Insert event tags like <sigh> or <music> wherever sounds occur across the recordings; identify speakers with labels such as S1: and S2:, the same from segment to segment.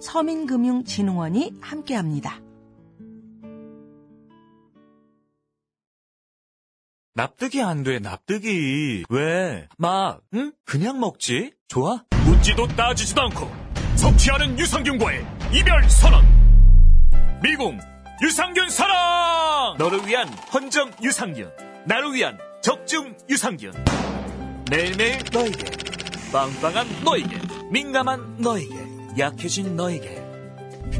S1: 서민금융진흥원이 함께합니다.
S2: 납득이 안 돼, 납득이. 왜? 막, 응? 그냥 먹지? 좋아? 묻지도 따지지도 않고 섭취하는 유산균과의 이별 선언. 미궁 유산균 사랑! 너를 위한 헌정 유산균. 나를 위한 적중 유산균. 매일매일 너에게. 빵빵한 너에게. 민감한 너에게. 약해진 너에게.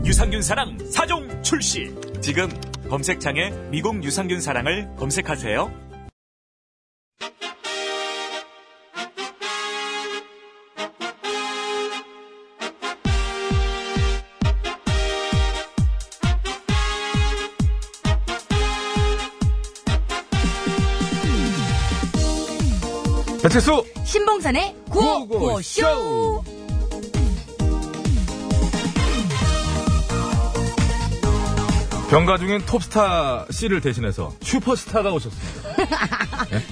S2: 유산균 사랑 4종 출시. 지금 검색창에 미궁 유산균 사랑을 검색하세요.
S3: 배칠수
S4: 신봉산의
S3: 구호구쇼! 병가 중인 톱스타 씨를 대신해서 슈퍼스타가 오셨습니다.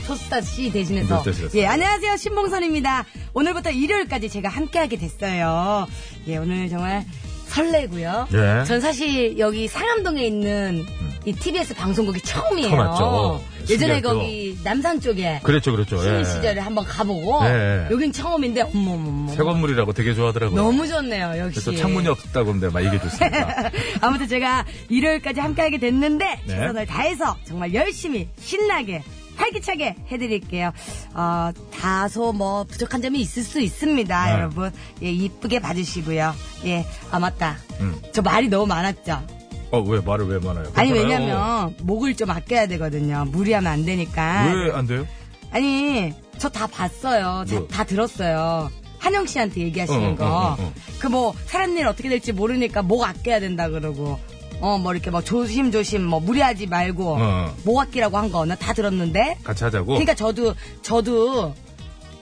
S5: 토스타 씨 대신해서.
S3: 토스타 씨 대신해서.
S5: 예, 안녕하세요. 신봉선입니다. 오늘부터 일요일까지 제가 함께하게 됐어요. 예, 오늘 정말 설레고요.
S3: 예.
S5: 전 사실 여기 상암동에 있는 이 TBS 방송국이 처음이에요.
S3: 처음 왔죠.
S5: 예전에
S3: 신기하죠.
S5: 거기 남산 쪽에
S3: 그랬죠, 그랬죠.
S5: 신인
S3: 예.
S5: 시절에 한번 가보고
S3: 예.
S5: 여긴 처음인데 어머머머.
S3: 새 건물이라고 되게 좋아하더라고요.
S5: 너무 좋네요, 역시.
S3: 그래서 창문이 없다고 근데 막 얘기해 줬습니다.
S5: 아무튼 제가 일요일까지 함께하게 됐는데
S3: 네.
S5: 최선을 다해서 정말 열심히 신나게 활기차게 해드릴게요. 어, 다소 뭐 부족한 점이 있을 수 있습니다,
S3: 네.
S5: 여러분. 예, 이쁘게 봐주시고요. 예, 아 맞다.
S3: 음.
S5: 저 말이 너무 많았죠.
S3: 어, 왜 말을 왜 많아요?
S5: 아니
S3: 괜찮아요.
S5: 왜냐면 목을 좀 아껴야 되거든요. 무리하면 안 되니까.
S3: 왜 안 돼요?
S5: 아니 저 다 봤어요. 자-
S3: 뭐?
S5: 다 들었어요. 한영 씨한테 얘기하시는
S3: 어, 어,
S5: 거.
S3: 어, 어.
S5: 그 뭐 사람 일 어떻게 될지 모르니까 목 아껴야 된다 그러고. 어, 뭐 이렇게 뭐 조심조심 뭐 무리하지 말고
S3: 어.
S5: 목 아끼라고 한 거 나 다 들었는데.
S3: 같이 하자고.
S5: 그러니까 저도 저도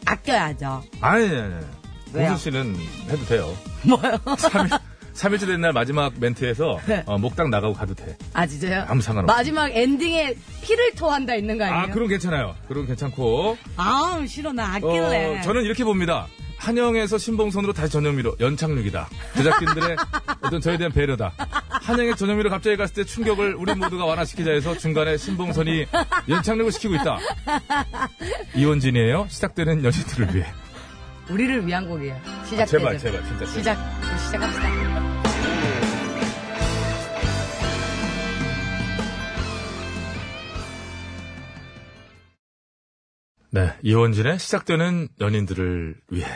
S5: 아껴야죠.
S3: 아니, 예, 아니, 아니.
S5: 왜요?
S3: 오수 씨는 해도 돼요. 뭐요? 3일, 째 된 날 마지막 멘트에서
S5: 네.
S3: 어, 목당 나가고 가도 돼.
S5: 아 진짜요?
S3: 아무 상관없어요.
S5: 마지막 엔딩에 피를 토한다 있는 거
S3: 아,
S5: 아니에요?
S3: 그럼 괜찮아요. 그럼 괜찮고.
S5: 아우 싫어 나 아낄래.
S3: 어, 저는 이렇게 봅니다. 한영에서 신봉선으로 다시 전현미로 연착륙이다.
S5: <laughs>
S3: 제작진들의 어떤 저에 대한 배려다. 한영의 전현미로 갑자기 갔을 때 충격을 우리 모두가 완화시키자 해서 중간에 신봉선이 연착륙을 시키고 있다. 이원진이에요. 시작되는 연인들을 위해.
S5: 우리를 위한 곡이에요. 시작
S3: 아, 제발, 제발, 진짜. 제발.
S5: 시작 시작합시다.
S3: 네, 이원진의 시작되는 연인들을 위해.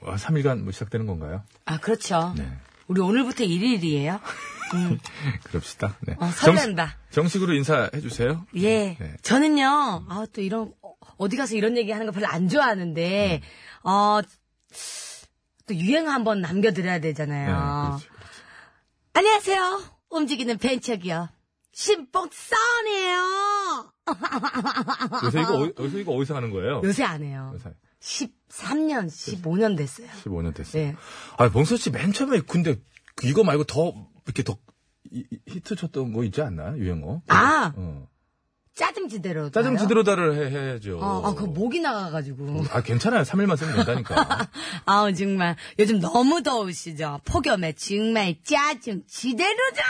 S3: 와, 3일간 뭐 시작되는 건가요?
S5: 아, 그렇죠.
S3: 네.
S5: 우리 오늘부터
S3: <laughs>
S5: 일일이에요. 음.
S3: 그럽시다. 네.
S5: 어, 설렌다.
S3: 정식, 으로 인사해 주세요.
S5: 예.
S3: 네.
S5: 저는요, 아, 또 이런, 어, 어디 가서 이런 얘기 하는 거 별로 안 좋아하는데,
S3: 네.
S5: 어, 또 유행 한번 남겨드려야
S3: 네,
S5: 되잖아요.
S3: 그렇죠.
S5: 안녕하세요. 움직이는 벤처기업. 신봉선이에요.
S3: 요새 이거, 어, 요새 이거 어디서 하는 거예요?
S5: 요새 안 해요.
S3: 요새.
S5: 13년, 15년 됐어요.
S3: 15년 됐어요.
S5: 네.
S3: 아, 봉선 씨 맨 처음에 근데 이거 말고 더 이렇게 더 이- 이- 히트 쳤던 거 있지 않나 유행어?
S5: 아!
S3: 어.
S5: 짜증 지대로.
S3: 짜증
S5: 나요?
S3: 지대로다를 해, 해야죠.
S5: 어, 아, 그 목이 나가가지고.
S3: 아, 괜찮아요. 3일만 쓰면
S5: <laughs>
S3: 된다니까. 어,
S5: 아우, 정말. 요즘 너무 더우시죠? 폭염에 정말 짜증 지대로죠!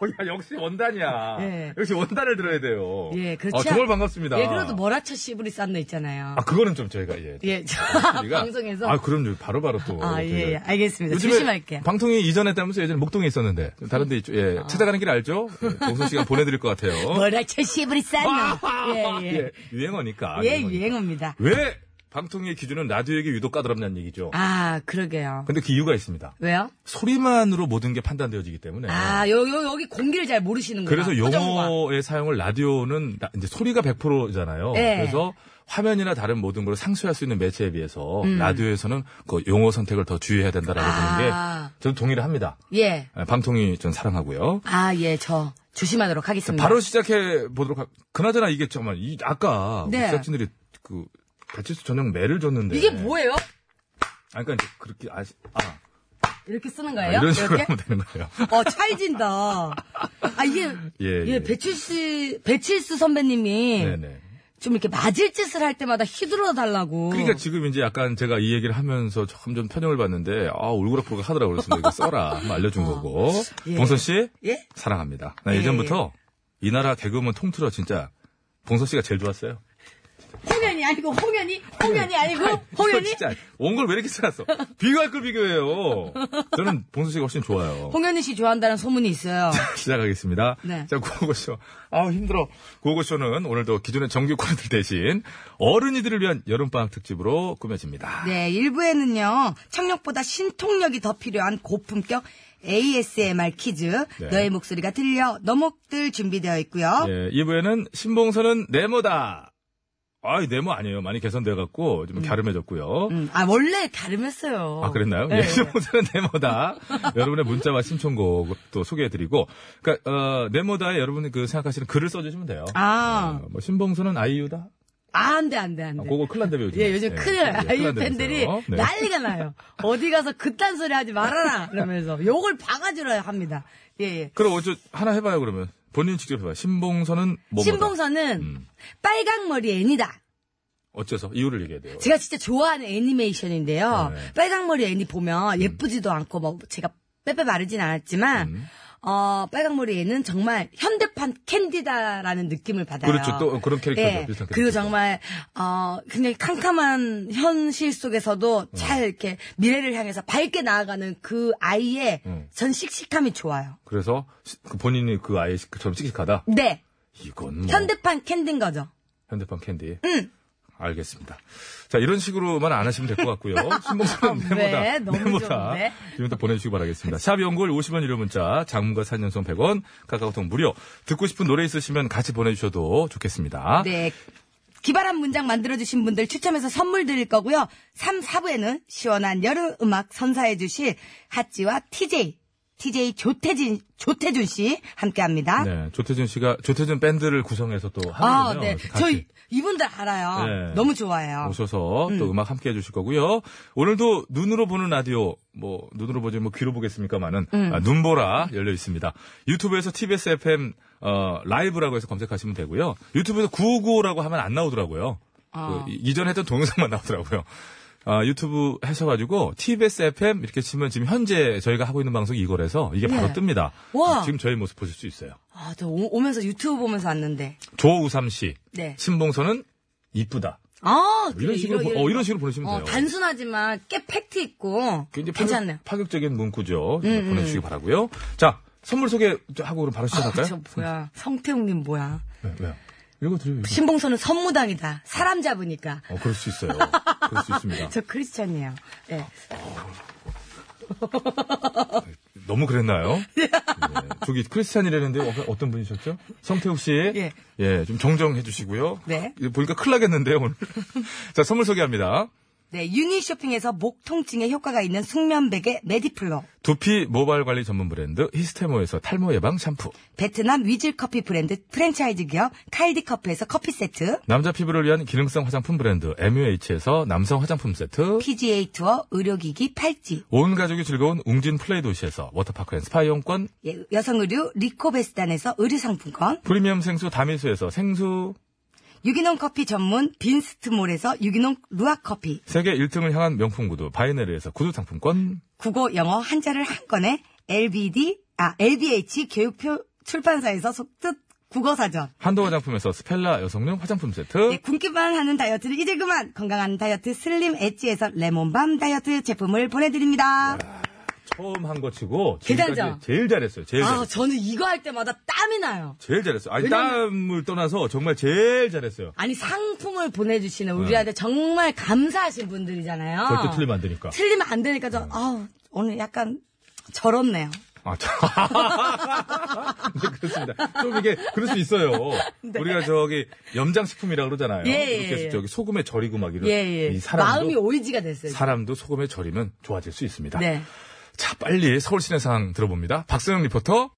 S3: 어, 야, 역시 원단이야.
S5: 예.
S3: 역시 원단을 들어야 돼요.
S5: 예, 그렇죠.
S3: 아, 정말 반갑습니다.
S5: 예, 그래도 모라쳐 씨부리 싼너 있잖아요.
S3: 아, 그거는 좀 저희가, 예.
S5: 예, <laughs> 저,
S3: 우리가-
S5: 방송에서.
S3: 아, 그럼요. 바로바로 또.
S5: 아, 예, 예.
S3: 저희가-
S5: 알겠습니다.
S3: 어, 네. 요즘에
S5: 조심할게요.
S3: 방통위 이전에 따면서 예전에 목동에 있었는데 다른 데 있죠. 예. 찾아가는 길 알죠? 예, 동선 씨가 보내드릴 것
S5: <laughs>
S3: 같아요.
S5: 모라쳐 씨부리 싼너. 예, 예.
S3: 예, 유행어니까.
S5: 예, 유행어입니다.
S3: 왜 방통위의 기준은 라디오에게 유독 까다롭냐는 얘기죠.
S5: 아, 그러게요.
S3: 근데 그 이유가 있습니다.
S5: 왜요?
S3: 소리만으로 모든 게 판단되어지기 때문에.
S5: 아, 요, 요, 여기 공기를 잘 모르시는구나.
S3: 그래서
S5: 표정과.
S3: 용어의 사용을 라디오는 나- 이제 소리가 100%잖아요.
S5: 네.
S3: 그래서 화면이나 다른 모든 걸 상쇄할 수 있는 매체에 비해서
S5: 음.
S3: 라디오에서는 그 용어 선택을 더 주의해야 된다라고 보는
S5: 아.
S3: 게 저는 동의를 합니다.
S5: 예.
S3: 예, 방통위 전 사랑하고요.
S5: 아, 예, 저 조심하도록 하겠습니다.
S3: 바로 시작해 보도록 하. 그나저나 이게 정말 이 아까
S5: 네.
S3: 제작진들이 그 배치수 전용 매를 줬는데
S5: 이게 뭐예요?
S3: 아, 그러니까 이제 그렇게 아시 아
S5: 이렇게 쓰는
S3: 아,
S5: 거예요?
S3: 이런 식으로
S5: 이렇게?
S3: 하면 되는 거예요.
S5: 어, 찰진다. 아, 이게, 예,
S3: 예, 예.
S5: 배칠수, 배칠수 선배님이
S3: 네네.
S5: 좀 이렇게 맞을 짓을 할 때마다 휘둘러 달라고.
S3: 그러니까 지금 이제 약간 제가 이 얘기를 하면서 점점 편향을 봤는데 아 울그락불그락 하더라고 그래서 이거 써라 한번 알려준 거고
S5: 예.
S3: 봉선 씨
S5: 예?
S3: 사랑합니다. 나
S5: 예,
S3: 예전부터 이 나라 개그우먼 통틀어 진짜 봉선 씨가 제일 좋았어요.
S5: 홍현이 아니고, 홍현이? 홍현이 아니고,
S3: 이거
S5: 홍현이?
S3: 네. <laughs> 진짜 온 걸 왜 이렇게 찾았어? 비교할 걸 비교해요. 저는 봉선 씨가 훨씬 좋아요.
S5: 홍현이 씨 좋아한다는 소문이 있어요.
S3: 시작하겠습니다.
S5: 네.
S3: 자, 구호고쇼. 아 힘들어. 구호고쇼는 오늘도 기존의 정규권들 대신 어른이들을 위한 여름방학 특집으로 꾸며집니다.
S5: 네, 일부에는요, 착력보다 신통력이 더 필요한 고품격 ASMR 퀴즈,
S3: 네.
S5: 너의 목소리가 들려, 너목들 준비되어 있고요.
S3: 예, 2부에는 신봉선은 네모다. 아, 이 네모 아니에요. 많이 개선돼갖고 좀 갸름해졌고요.
S5: 음, 아, 원래 가름했어요.
S3: 아, 그랬나요?
S5: 네.
S3: 예, 신봉선은 네모다. <laughs> 여러분의 문자와 신청곡 또 소개해드리고, 그러니까 어, 네모다에 여러분이 그 생각하시는 글을 써주시면 돼요.
S5: 아,
S3: 어, 뭐 신봉선은 아이유다.
S5: 아, 안 돼, 안 돼, 안
S3: 아,
S5: 돼.
S3: 그거 큰일 난다며 요즘.
S5: 예, 요즘 큰일 나요.
S3: 큰일
S5: 아이유
S3: 난다면서요.
S5: 팬들이
S3: 네.
S5: 난리가 나요. 어디 가서 그딴 소리 하지 말아라. 그러면서 욕을 바가지로 합니다. 예, 예.
S3: 그럼 어째 하나 해봐요 그러면 본인 직접 해봐요 신봉선은 뭐
S5: 신봉선은
S3: 음.
S5: 빨강머리 애니다.
S3: 어째서 이유를 얘기해야 돼요
S5: 제가 진짜 좋아하는 애니메이션인데요.
S3: 네. 음.
S5: 빨강머리 애니 보면 예쁘지도 않고 뭐 제가 빼빼 마르진 않았지만
S3: 음.
S5: 어, 빨강머리 애는 정말 현대판 캔디다라는 느낌을 받아요.
S3: 그렇죠. 또 그런 캐릭터죠.
S5: 예.
S3: 비슷한
S5: 그리고
S3: 캐릭터죠.
S5: 정말 어, 굉장히 캄캄한 현실 속에서도
S3: 음.
S5: 잘 이렇게 미래를 향해서 밝게 나아가는 그 아이의
S3: 음.
S5: 전 씩씩함이 좋아요.
S3: 그래서 시- 그 본인이 그 아이처럼 씩씩하다
S5: 네.
S3: 이건 뭐
S5: 현대판 음. 캔디인 거죠.
S3: 현대판 캔디 알겠습니다 자 이런 식으로만 안 하시면 될 것
S5: <laughs>
S3: 같고요 신봉선은
S5: 왜?
S3: 네모다
S5: 너무
S3: 네모다
S5: 좋은데?
S3: 지금부터 보내주시기 바라겠습니다 샵 연골 50원 유료 문자 장문과 3년송 100원 카카오톡 무료 듣고 싶은 노래 있으시면 같이 보내주셔도 좋겠습니다
S5: 네. 기발한 문장 만들어주신 분들 추첨해서 선물 드릴 거고요. 3, 4부에는 시원한 여름 음악 선사해 주실 핫지와 TJ, TJ 조태진, 조태준 씨 함께 합니다.
S3: 네, 조태준 씨가 조태준 밴드를 구성해서 또
S5: 아,
S3: 하는군요
S5: 네.
S3: 그래서 같이
S5: 저희 이분들 알아요.
S3: 네.
S5: 너무 좋아해요.
S3: 오셔서 또 음악 함께 해주실 거고요. 오늘도 눈으로 보는 라디오, 뭐, 눈으로 보지 뭐 귀로 보겠습니까만은,
S5: 음.
S3: 눈보라 열려 있습니다. 유튜브에서 TBS FM, 어, 라이브라고 해서 검색하시면 되고요. 유튜브에서 955라고 하면 안 나오더라고요.
S5: 아.
S3: 그 이- 이전에 했던 동영상만 나오더라고요. 아, 유튜브 하셔가지고, TBS FM 이렇게 치면 지금 현재 저희가 하고 있는 방송이 이거라서 이게 바로
S5: 예.
S3: 뜹니다.
S5: 와.
S3: 지금 저희 모습 보실 수 있어요.
S5: 아, 저 오, 면서 유튜브 보면서 왔는데.
S3: 조우삼 씨.
S5: 네.
S3: 신봉선은 이쁘다.
S5: 아,
S3: 이런
S5: 그래,
S3: 식으로, 보- 어, 이런 식으로 보내시면
S5: 어,
S3: 돼요.
S5: 단순하지만 꽤 팩트 있고 괜찮네요. 음,
S3: 파격, 적인 문구죠. 네, 보내주시기 바라고요. 자, 선물 소개하고 그럼 바로 시작할까요?
S5: 아, 저
S3: 음.
S5: 뭐야. 성태웅님 뭐야.
S3: 네, 왜요? 읽어드려요. 이거.
S5: 신봉선은 선무당이다. 사람 잡으니까.
S3: 어, 그럴 수 있어요. 그럴 수 있습니다.
S5: 저 크리스찬이에요. 예.
S3: 너무 그랬나요? 네. 저기 크리스찬이라는데 어, 어떤 분이셨죠? 성태욱 씨.
S5: 예.
S3: 예, 좀 정정해 주시고요.
S5: 네.
S3: <laughs> 이거 보니까 큰일 나겠는데요, 오늘. 자, 선물 소개합니다.
S5: 네, 유니쇼핑에서 목 통증에 효과가 있는 숙면 베개 메디플로,
S3: 두피 모발 관리 전문 브랜드 히스테모에서 탈모 예방 샴푸.
S5: 베트남 위즐 커피 브랜드 프랜차이즈 기업 칼디 커피에서 커피 세트,
S3: 남자 피부를 위한 기능성 화장품 브랜드 MUH에서 남성 화장품 세트.
S5: PGA 투어 의료기기 팔찌,
S3: 온 가족이 즐거운 웅진 플레이 도시에서 워터파크 앤 스파 이용권.
S5: 예, 여성 의류 리코베스단에서 의류 상품권,
S3: 프리미엄 생수 다미수에서 생수.
S5: 유기농 커피 전문 빈스트몰에서 유기농 루아 커피,
S3: 세계 1등을 향한 명품 구두 바이네르에서 구두 상품권.
S5: 국어 영어 한자를 한 권에 LBD 아 LBH 교육표 출판사에서 속뜻 국어 사전.
S3: 한도 화장품에서 스펠라 여성용 화장품 세트.
S5: 네, 굶기만 하는 다이어트를 이제 그만 건강한 다이어트 슬림 엣지에서 레몬밤 다이어트 제품을 보내드립니다.
S3: 네. 처음 한 거 치고
S5: 대단하죠?
S3: 지금까지 제일 잘했어요. 제일
S5: 아
S3: 잘했어요.
S5: 저는 이거 할 때마다 땀이 나요.
S3: 제일 잘했어요. 아니
S5: 왜냐면-
S3: 땀을 떠나서 정말 제일 잘했어요.
S5: 아니 상품을 보내주시는 우리한테 정말 감사하신 분들이잖아요.
S3: 절대 네. 틀리면 안 되니까. 네.
S5: 틀리면 안 되니까 저 아우 오늘 약간 절었네요.
S3: 아, 참. <laughs> 네, 그렇습니다. 좀 이게 그럴 수 있어요. 우리가 저기 염장식품이라고 그러잖아요.
S5: 네. 예, 예,
S3: 이렇게 해서
S5: 예.
S3: 저기 소금에 절이고 막 이런
S5: 예예.
S3: 이 사람도
S5: 마음이 오이지가 됐어요.
S3: 사람도 소금에 절이면 좋아질 수 있습니다.
S5: 네.
S3: 자, 빨리 서울 시내 상황 들어봅니다. 박서영 리포터.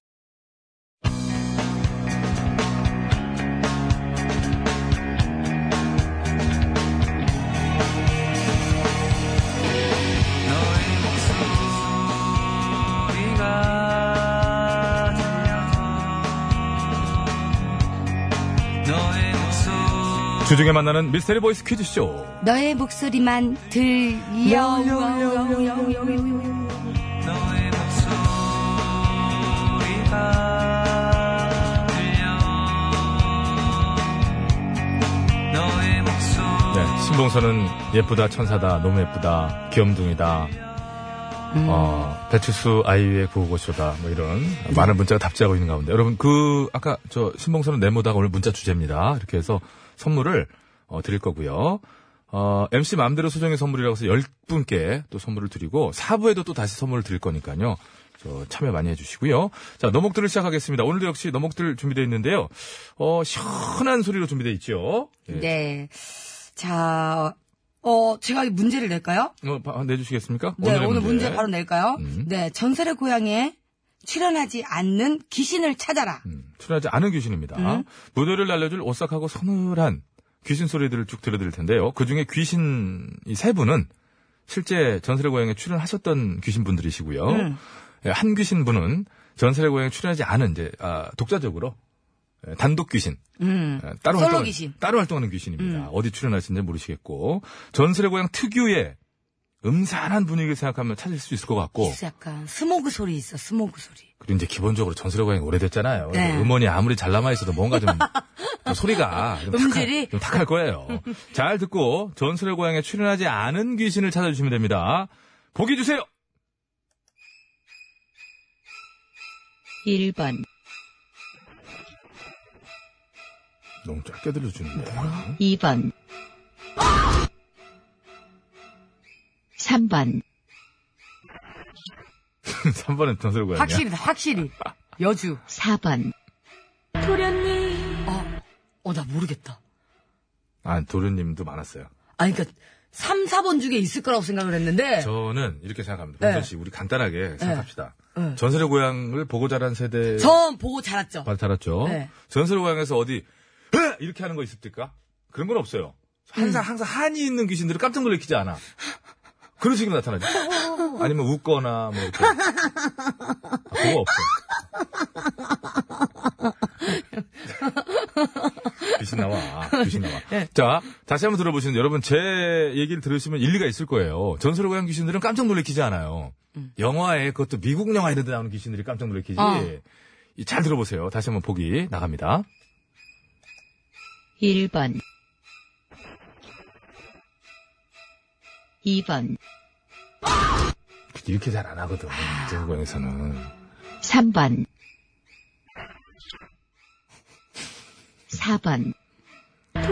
S3: 주중에 만나는 미스테리 보이스 퀴즈쇼.
S5: 너의 목소리만 들려.
S3: 네, 신봉선은 예쁘다 천사다 너무 예쁘다 귀염둥이다 어, 배추수 아이유의 구호고쇼다 뭐 이런 많은 문자가 답지하고 있는 가운데 여러분 그 아까 저 신봉선은 네모다가 오늘 문자 주제입니다 이렇게 해서 선물을 어, 드릴 거고요 어, MC 맘대로 소정의 선물이라고 해서 10분께 또 선물을 드리고 4부에도 또 다시 선물을 드릴 거니까요 저 참여 많이 해주시고요 자 너목들을 시작하겠습니다 오늘도 역시 너목들 준비되어 있는데요 어, 시원한 소리로 준비되어 있죠 예.
S5: 네. 자, 어, 제가 이 문제를 낼까요?
S3: 어, 바- 내주시겠습니까?
S5: 네,
S3: 오늘의
S5: 오늘 문제 바로 낼까요?
S3: 음.
S5: 네, 전설의 고향에 출연하지 않는 귀신을 찾아라.
S3: 음, 출연하지 않은 귀신입니다.
S5: 음.
S3: 무도를 날려줄 오싹하고 서늘한 귀신 소리들을 쭉 들려드릴 텐데요. 그 중에 귀신 이 세 분은 실제 전설의 고향에 출연하셨던 귀신 분들이시고요.
S5: 음.
S3: 예, 한 귀신 분은 전설의 고향에 출연하지 않은 이제 아, 독자적으로 예, 단독 귀신
S5: 음.
S3: 예, 따로
S5: 솔로
S3: 활동
S5: 귀신. 음.
S3: 따로 활동하는 귀신입니다. 어디 출연하시는지 모르시겠고 전설의 고향 특유의 음산한 분위기를 생각하면 찾을 수 있을 것 같고
S5: 그래서 약간 스모그 소리 있어, 스모그 소리.
S3: 그리고 이제 기본적으로 전설의 고향이 오래됐잖아요.
S5: 네.
S3: 음원이 아무리 잘 남아있어도 뭔가 좀, 좀 소리가 좀
S5: 음질이?
S3: 탁할, 좀 탁할 거예요. 잘 듣고 전설의 고향에 출연하지 않은 귀신을 찾아주시면 됩니다. 보기 주세요!
S4: 1번,
S3: 너무 짧게 들려주는데. <laughs>
S4: 2번. 3번,
S3: 3번은 전설의 고향이야.
S5: 확실히, 확실히. 여주.
S4: 4번,
S5: 어, 나 모르겠다.
S3: 아, 도련님도 많았어요.
S5: 아니, 그니까, 3, 4번 중에 있을 거라고 생각을 했는데.
S3: 저는 이렇게 생각합니다. 봉선 씨, 우리 간단하게 생각합시다.
S5: 네.
S3: 전설의 고향을 보고 자란 세대.
S5: 전 보고 자랐죠.
S3: 바로 달았죠.
S5: 네.
S3: 전설의 고향에서 어디 "으!" 이렇게 하는 거 있습니까? 그런 건 없어요. 항상
S5: 음.
S3: 항상 한이 있는 귀신들을 깜짝 놀래키지 않아. 그런 식으로 나타나죠.
S5: <laughs>
S3: 아니면 웃거나 뭐 이렇게. 아, 그거 없어. 귀신 나와. 귀신 나와.
S5: 네.
S3: 자, 다시 한번 들어보시는 여러분 제 얘기를 들으시면 일리가 있을 거예요. 전설의 고향 귀신들은 깜짝 놀래키지 않아요.
S5: 음.
S3: 영화에 그것도 미국 영화 이런 데 나오는 귀신들이 깜짝 놀래키지.
S5: 아.
S3: 이잘 들어보세요. 다시 한번 보기 나갑니다.
S4: 1번. 2번,
S3: 이렇게 잘 안 하거든. 전국에서는
S4: 3번. 4번,
S3: 근데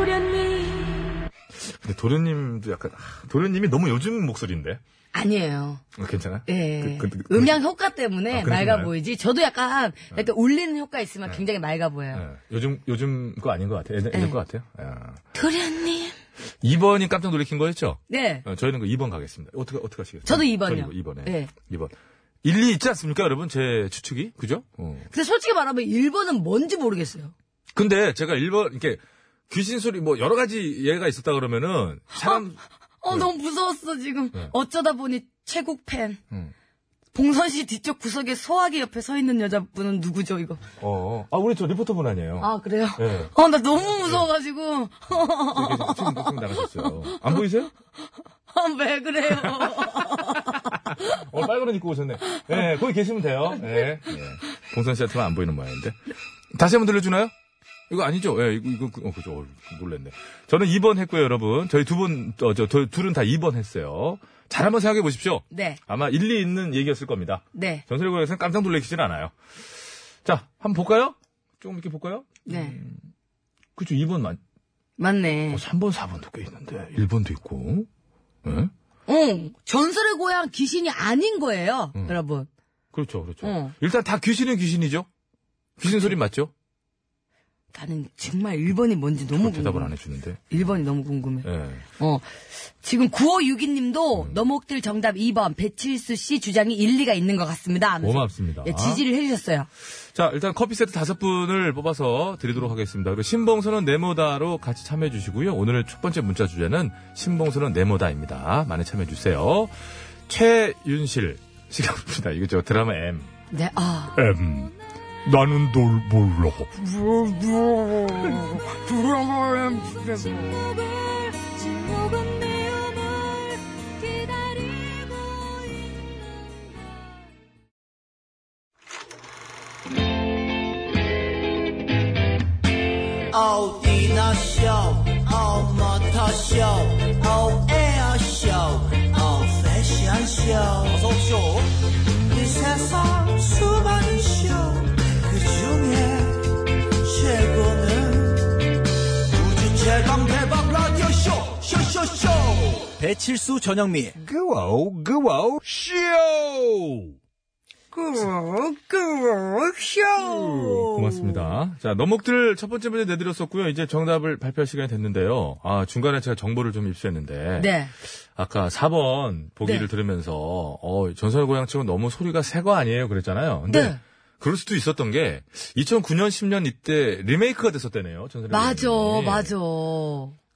S3: 도련님도 약간 아, 도련님이 너무 요즘 목소리인데
S5: 아니에요.
S3: 어, 괜찮아요?
S5: 예.
S3: 그- 그- 그-
S5: 음향 효과 때문에
S3: 아, 그러신가요? 네.
S5: 맑아 보이지. 저도 약간, 약간 울리는 효과 있으면 굉장히 맑아 보여요.
S3: 예, 요즘 요즘 거 아닌 것 같아요. 예전, 예전
S5: 예.
S3: 거 같아요. 예.
S5: 도련님.
S3: 2번이 깜짝 놀래킨 거였죠?
S5: 네.
S3: 어, 저희는 그 2번 가겠습니다. 어떻게, 어떻게 하시겠어요?
S5: 저도 2번이요.
S3: 2번에.
S5: 네.
S3: 2번. 일리 있지 않습니까, 여러분? 제 추측이? 그죠? 어.
S5: 근데 솔직히 말하면 1번은 뭔지 모르겠어요.
S3: 근데 제가 1번, 이렇게 귀신 소리 뭐 여러 가지 예가 있었다 그러면은 사람,
S5: 어,
S3: 네.
S5: 너무 무서웠어, 지금. 어쩌다 보니 최국 팬.
S3: 음.
S5: 봉선 씨 뒤쪽 구석에 소화기 옆에 서 있는 여자분은 누구죠, 이거?
S3: 어, 아, 우리 저 리포터분 아니에요.
S5: 아, 그래요?
S3: 네.
S5: 어, 나 너무 무서워가지고.
S3: 이렇게 지금 지금 나가셨어요. 안 보이세요?
S5: 아, 왜
S3: <laughs>
S5: 그래요?
S3: 오늘 어, 빨간 옷 입고 오셨네. 네, 거기 계시면 돼요. 네. 봉선 씨한테만 안 보이는 모양인데. 다시 한번 들려주나요? 이거 아니죠? 예, 이거, 이거, 그- 어, 그죠. 어, 놀랬네. 저는 2번 했고요, 여러분. 저희 두 분, 어, 저, 저, 둘은 다 2번 했어요. 잘 한번 생각해 보십시오.
S5: 네,
S3: 아마 일리 있는 얘기였을 겁니다.
S5: 네,
S3: 전설의 고향에서는 깜짝 놀래키진 않아요. 자, 한번 볼까요? 조금 이렇게 볼까요? 음,
S5: 네.
S3: 그쵸, 2번 만,
S5: 맞네.
S3: 어, 3번, 4번도 꽤 있는데, 1번도 있고. 예?
S5: 응, 어, 전설의 고향 귀신이 아닌 거예요,
S3: 음.
S5: 여러분.
S3: 그렇죠, 그렇죠.
S5: 어. 그렇죠.
S3: 일단 다 귀신은 귀신이죠? 귀신 소리 맞죠?
S5: 나는 정말 1번이 뭔지 너무
S3: 뭐 대답을
S5: 궁금해.
S3: 안 해주는데.
S5: 1번이 너무 궁금해.
S3: 예.
S5: 어. 지금 9562님도
S3: 음.
S5: 너목들 정답 2번 배칠수 씨 주장이 일리가 있는 것 같습니다. 하면서
S3: 고맙습니다.
S5: 예, 지지를 해주셨어요.
S3: 자, 일단 커피 세트 다섯 분을 뽑아서 드리도록 하겠습니다. 그리고 신봉선은 네모다로 같이 참여해 주시고요. 오늘 첫 번째 문자 주제는 신봉선은 네모다입니다. 많이 참여해 주세요. 최윤실 씨가 부릅니다. 이거 저 드라마 M.
S5: 네, 아.
S3: M. 나는 널 몰라.
S6: 어디나 쇼, 어머터 쇼, 어에어 쇼, 어 패션 쇼. 어서 쇼. 이 세상 수많은 쇼, 그 중에 최고는 우주 최강 대박 라디오 쇼, 쇼쇼쇼. 배칠수 전영미.
S2: 그와우, 그와우, 쇼!
S3: 고맙습니다. 자, 너목들 첫 번째 문제 내드렸었고요. 이제 정답을 발표할 시간이 됐는데요. 아, 중간에 제가 정보를 좀 입수했는데.
S5: 네.
S3: 아까 4번 보기를
S5: 네.
S3: 들으면서 어, 전설 고향 치고 너무 소리가 새 거 아니에요 그랬잖아요. 근데
S5: 네.
S3: 그럴 수도 있었던 게 2009년 10년 이때 리메이크가 됐었대네요. 전설
S5: 맞아, 맞아.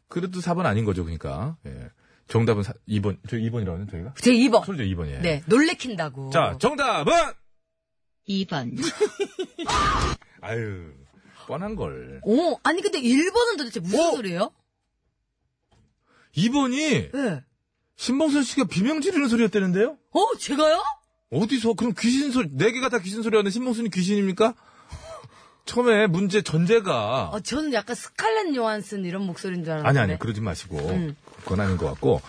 S3: 그래도 4번 아닌 거죠, 그러니까. 예. 정답은 2번. 저 2번이라고 하는 저희가.
S5: 제 2번.
S3: 소리죠, 2번이에요.
S5: 네, 놀래킨다고.
S3: 자, 정답은
S7: 2번,
S3: <laughs> 아유, 뻔한 걸.
S5: 오, 어, 아니 근데 1번은 도대체 무슨
S3: 어?
S5: 소리예요?
S3: 2번이
S5: 예.
S3: 신봉선 씨가 비명 지르는 소리였다는데요?
S5: 어, 제가요?
S3: 어디서 그럼 귀신 소리 네 개가 다 귀신 소리였는데 신봉순이 귀신입니까? 처음에 문제 전제가
S5: 어, 저는 네. 약간 스칼렛 요한슨 이런 목소리인 줄 알았는데.
S3: 아니 아니 그러지 마시고
S5: 음.
S3: 그건 아닌 것 같고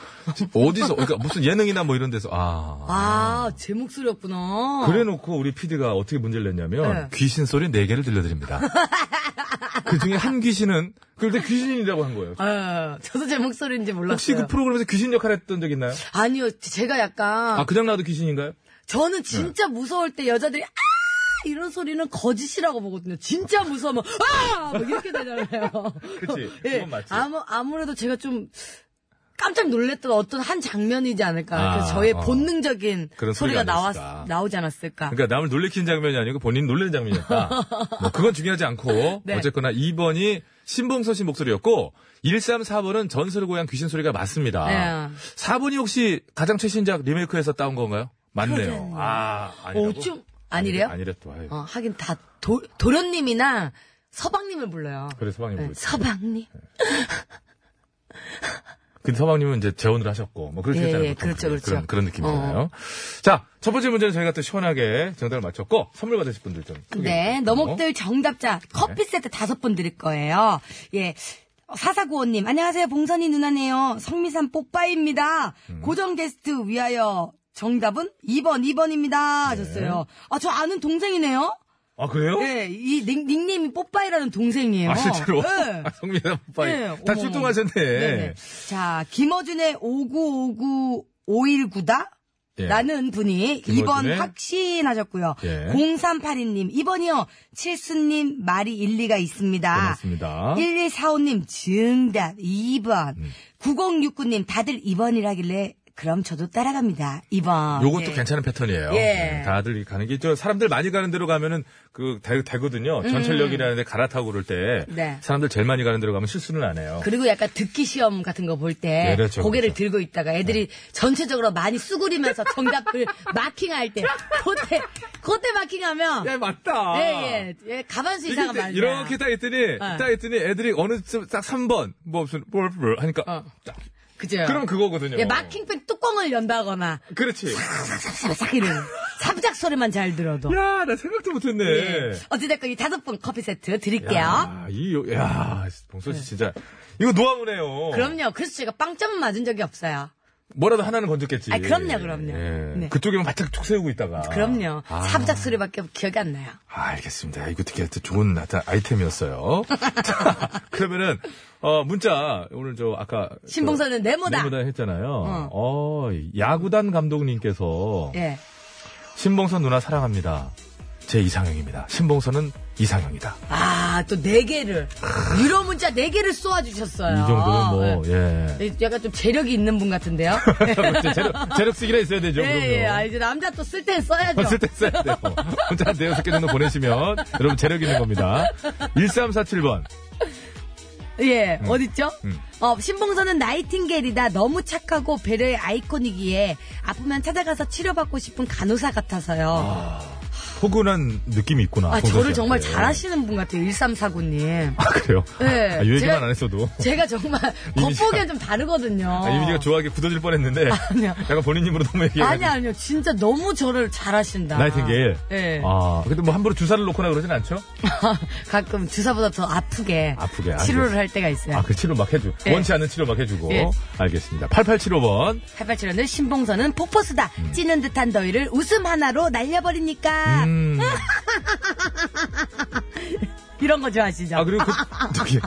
S3: 어디서 그러니까 무슨 예능이나 뭐 이런 데서 아
S5: 아, 제 목소리였구나.
S3: 그래놓고 우리 PD가 어떻게 문제를 냈냐면
S5: 아. 네.
S3: 귀신 소리 네
S5: <laughs>
S3: 개를 들려드립니다. 그 중에 한 귀신은 그런데 귀신이라고 한 거예요.
S5: 예, 저도 제 목소리인지 몰랐어요.
S3: 혹시 그 프로그램에서 귀신 역할 했던 적 있나요?
S5: 아니요, 제가 약간
S3: 아 그냥 나도 귀신인가요? 네.
S5: 저는 진짜 무서울 때 여자들이 아 이런 소리는 거짓이라고 보거든요. 진짜 무서우면 아막 이렇게 되잖아요.
S3: <laughs> 그치.
S5: 예,
S3: 그건 맞지.
S5: 아무 아무래도 제가 좀 깜짝 놀랐던 어떤 한 장면이지 않을까.
S3: 아,
S5: 그래서 저의
S3: 어.
S5: 본능적인
S3: 그런
S5: 소리가
S3: 소리가
S5: 나왔
S3: 아니었을까.
S5: 나오지 않았을까.
S3: 그러니까 남을 놀래키는 장면이 아니고 본인
S5: <laughs>
S3: 놀래는 장면이었다. 뭐 그건 중요하지 않고
S5: 네.
S3: 어쨌거나 2번이 신봉선 씨 목소리였고 1, 3, 4번은 전설의 고향 귀신 소리가 맞습니다.
S5: 네.
S3: 4번이 혹시 가장 최신작 리메이크에서 따온 건가요? 맞네요.
S5: 그러겠네요.
S3: 아, 아니라고?
S5: 어, 좀 아니래요?
S3: 아니랬다. 아유.
S5: 어, 하긴 다 도, 도련님이나 서방님을 불러요.
S3: 그래 서방님
S5: 네,
S3: 부르죠.
S5: 서방님.
S3: 근데 서방님은 이제 재혼을 하셨고 뭐 그렇게
S5: 예,
S3: 했잖아요.
S5: 예,
S3: 보통.
S5: 그렇죠, 그렇죠.
S3: 그런, 그런 느낌이잖아요. 자, 첫 번째 문제는 저희가 또 시원하게 정답을 맞췄고 선물 받으실 분들 좀 네. 소개해
S5: 네,
S3: 주세요.
S5: 너목들 정답자 커피 세트 다섯 분 드릴 거예요. 예. 사사구호님, 안녕하세요. 봉선이 누나네요. 성미산 뽀빠입니다.
S3: 음.
S5: 고정 게스트 위하여 정답은 2번, 2번입니다.
S3: 네.
S5: 하셨어요. 아, 저 아는 동생이네요?
S3: 아, 그래요?
S5: 네, 이 닉, 닉네임이 뽀빠이라는 동생이에요.
S3: 아, 실제로?
S5: 네.
S3: 아, 성민아 오빠.
S5: 네,
S3: 다
S5: 어머,
S3: <laughs> 출동하셨네.
S5: 네네. 자, 김어준의 5959519다?
S3: 예.
S8: 라는 분이
S3: 김어준의-
S8: 2번 확신하셨고요.
S3: 예.
S8: 0382님 2번이요. 칠수님 말이 일리가
S5: 아,
S8: 있습니다.
S3: 고맙습니다.
S8: 1145님 정답 2번.
S3: 음.
S8: 9069님 다들 2번이라길래 그럼 저도 따라갑니다. 2번.
S3: 요건
S8: 예.
S3: 또 괜찮은 패턴이에요.
S8: 예.
S3: 음, 다들 이 가는 게, 저 사람들 많이 가는 데로 가면은 그, 되, 되거든요.
S5: 음.
S3: 전철역이라는 데 갈아타고 그럴 때.
S8: 네.
S3: 사람들 제일 많이 가는 데로 가면 실수는 안 해요.
S5: 그리고 약간 듣기 시험 같은 거 볼 때
S3: 예, 그렇죠,
S5: 고개를
S3: 그렇죠.
S5: 들고 있다가 애들이 전체적으로 많이 수그리면서 정답을 <laughs> 마킹할 때 그때 그때 마킹하면
S3: 야, 맞다.
S5: 예예 예, 가만수
S3: 이게
S5: 이상한
S3: 이제
S5: 말이야. 예.
S3: 이렇게 딱 했더니, 딱 했더니 애들이 어느 쯤 딱 3번, 뭐 무슨, 뭘, 뭘 하니까. 딱.
S5: 그죠?
S3: 그럼 그거거든요.
S5: 어. 예, 마킹펜 뚜껑을 연다거나
S3: 그렇지.
S5: 싹싹
S3: <laughs>
S5: 이런 사부작 소리만 잘 들어도
S3: 야, 나 생각도 못했네.
S5: 예. 어찌됐건 이 다섯 분 커피 세트 드릴게요.
S3: 야, 이, 요- 야, 봉선 씨 진짜. 이거 노하우네요.
S5: 네. 그럼요. 그래서 제가 빵점 맞은 적이 없어요.
S3: 뭐라도 하나는 건졌겠지.
S5: 아, 그럼요, 그럼요.
S3: 예.
S5: 네.
S3: 그쪽에만 바짝 쭉 세우고 있다가.
S5: 그럼요.
S3: 아.
S5: 사부작 소리밖에 기억이 안 나요.
S3: 아, 알겠습니다. 이거 되게 하여튼 좋은 하여튼 아이템이었어요. <laughs> 자, 그러면은, 어, 문자, 오늘 저, 아까.
S5: 신봉선은
S3: 저
S5: 네모다.
S3: 네모단 했잖아요. 어, 야구단 감독님께서.
S5: 예.
S3: 신봉선 누나 사랑합니다. 제 이상형입니다. 신봉선은 이상형이다.
S5: 아, 또 네 개를. 유료 문자 네 개를 쏘아주셨어요.
S3: 이 정도면 뭐, 예.
S5: 네. 약간 좀 재력이 있는 분
S3: <laughs>
S5: 같은데요?
S3: 제 재력, 재력 쓰기라 있어야 되죠,
S5: 예,
S3: 그럼요.
S5: 예. 아, 이제 남자 또 쓸 땐 써야죠.
S3: 어쩔 아, 때 써야 돼요. 혼자 네여섯 개 정도 보내시면 여러분 재력 있는 겁니다. 1347번.
S5: 예, 어딨죠?
S3: 음.
S5: 어, 신봉선은 나이팅게일이다. 너무 착하고 배려의 아이콘이기에 아프면 찾아가서 치료받고 싶은 간호사 같아서요.
S3: 포근한 느낌이 있구나.
S5: 아,
S3: 봉선
S5: 저를
S3: 씨한테.
S5: 정말 잘하시는 분 같아요. 1349님.
S3: 아, 그래요?
S5: 네,
S3: 아, 이 얘기만
S5: 제가-
S3: 안 했어도.
S5: 제가 정말
S3: <laughs> 이미지가-
S5: 겉보기엔 좀 다르거든요.
S3: 아, 이미지가 좋아하게 굳어질 뻔
S5: <laughs>
S3: 했는데.
S5: 아니요.
S3: 약간 본인 입으로 너무 얘기해.
S5: 아니 아니요 진짜 너무 저를 잘하신다.
S3: 나이팅게일.
S5: 예.
S3: 아, 근데 뭐 함부로 주사를 놓거나 그러진 않죠?
S5: <laughs> 가끔 주사보다 더 아프게, 치료를
S3: 아프게, 알겠습니다.
S5: 할 때가 있어요.
S3: 아, 그 치료 막 해주고.
S5: 네. 예.
S3: 원치 않는 치료 막 해주고.
S5: 예.
S3: 알겠습니다. 8875번.
S5: 8875는 신봉선은 폭포수다. 찌는 듯한 더위를 웃음 하나로 날려버리니까.
S3: 음.
S5: 이런 거 좋아하시죠?
S3: 아, 그리고 <laughs> 그, 저기,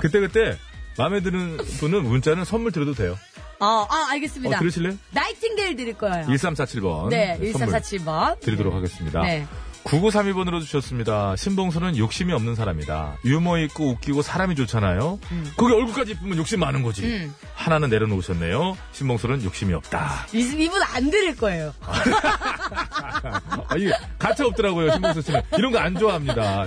S3: 그때그때 마음에 드는 분은 문자는 선물 드려도 돼요.
S5: 어, 아, 알겠습니다.
S3: 어, 들으실래요?
S5: 나이팅게일 드릴 거예요.
S3: 1347번.
S5: 어. 네, 1347번.
S3: 드리도록 하겠습니다.
S5: 네.
S3: 9932번으로 주셨습니다. 신봉선은 욕심이 없는 사람이다. 유머 있고 웃기고 사람이 좋잖아요. 그게 얼굴까지 이쁘면 욕심 많은 거지.
S5: 음.
S3: 하나는 내려놓으셨네요. 신봉선은 욕심이
S5: <laughs>
S3: 없다.
S5: 네. 이, 이분 안 드릴 거예요.
S3: 아, 이게 가차 없더라고요, 신봉선 씨는. 이런 거 뭐- 안 좋아합니다.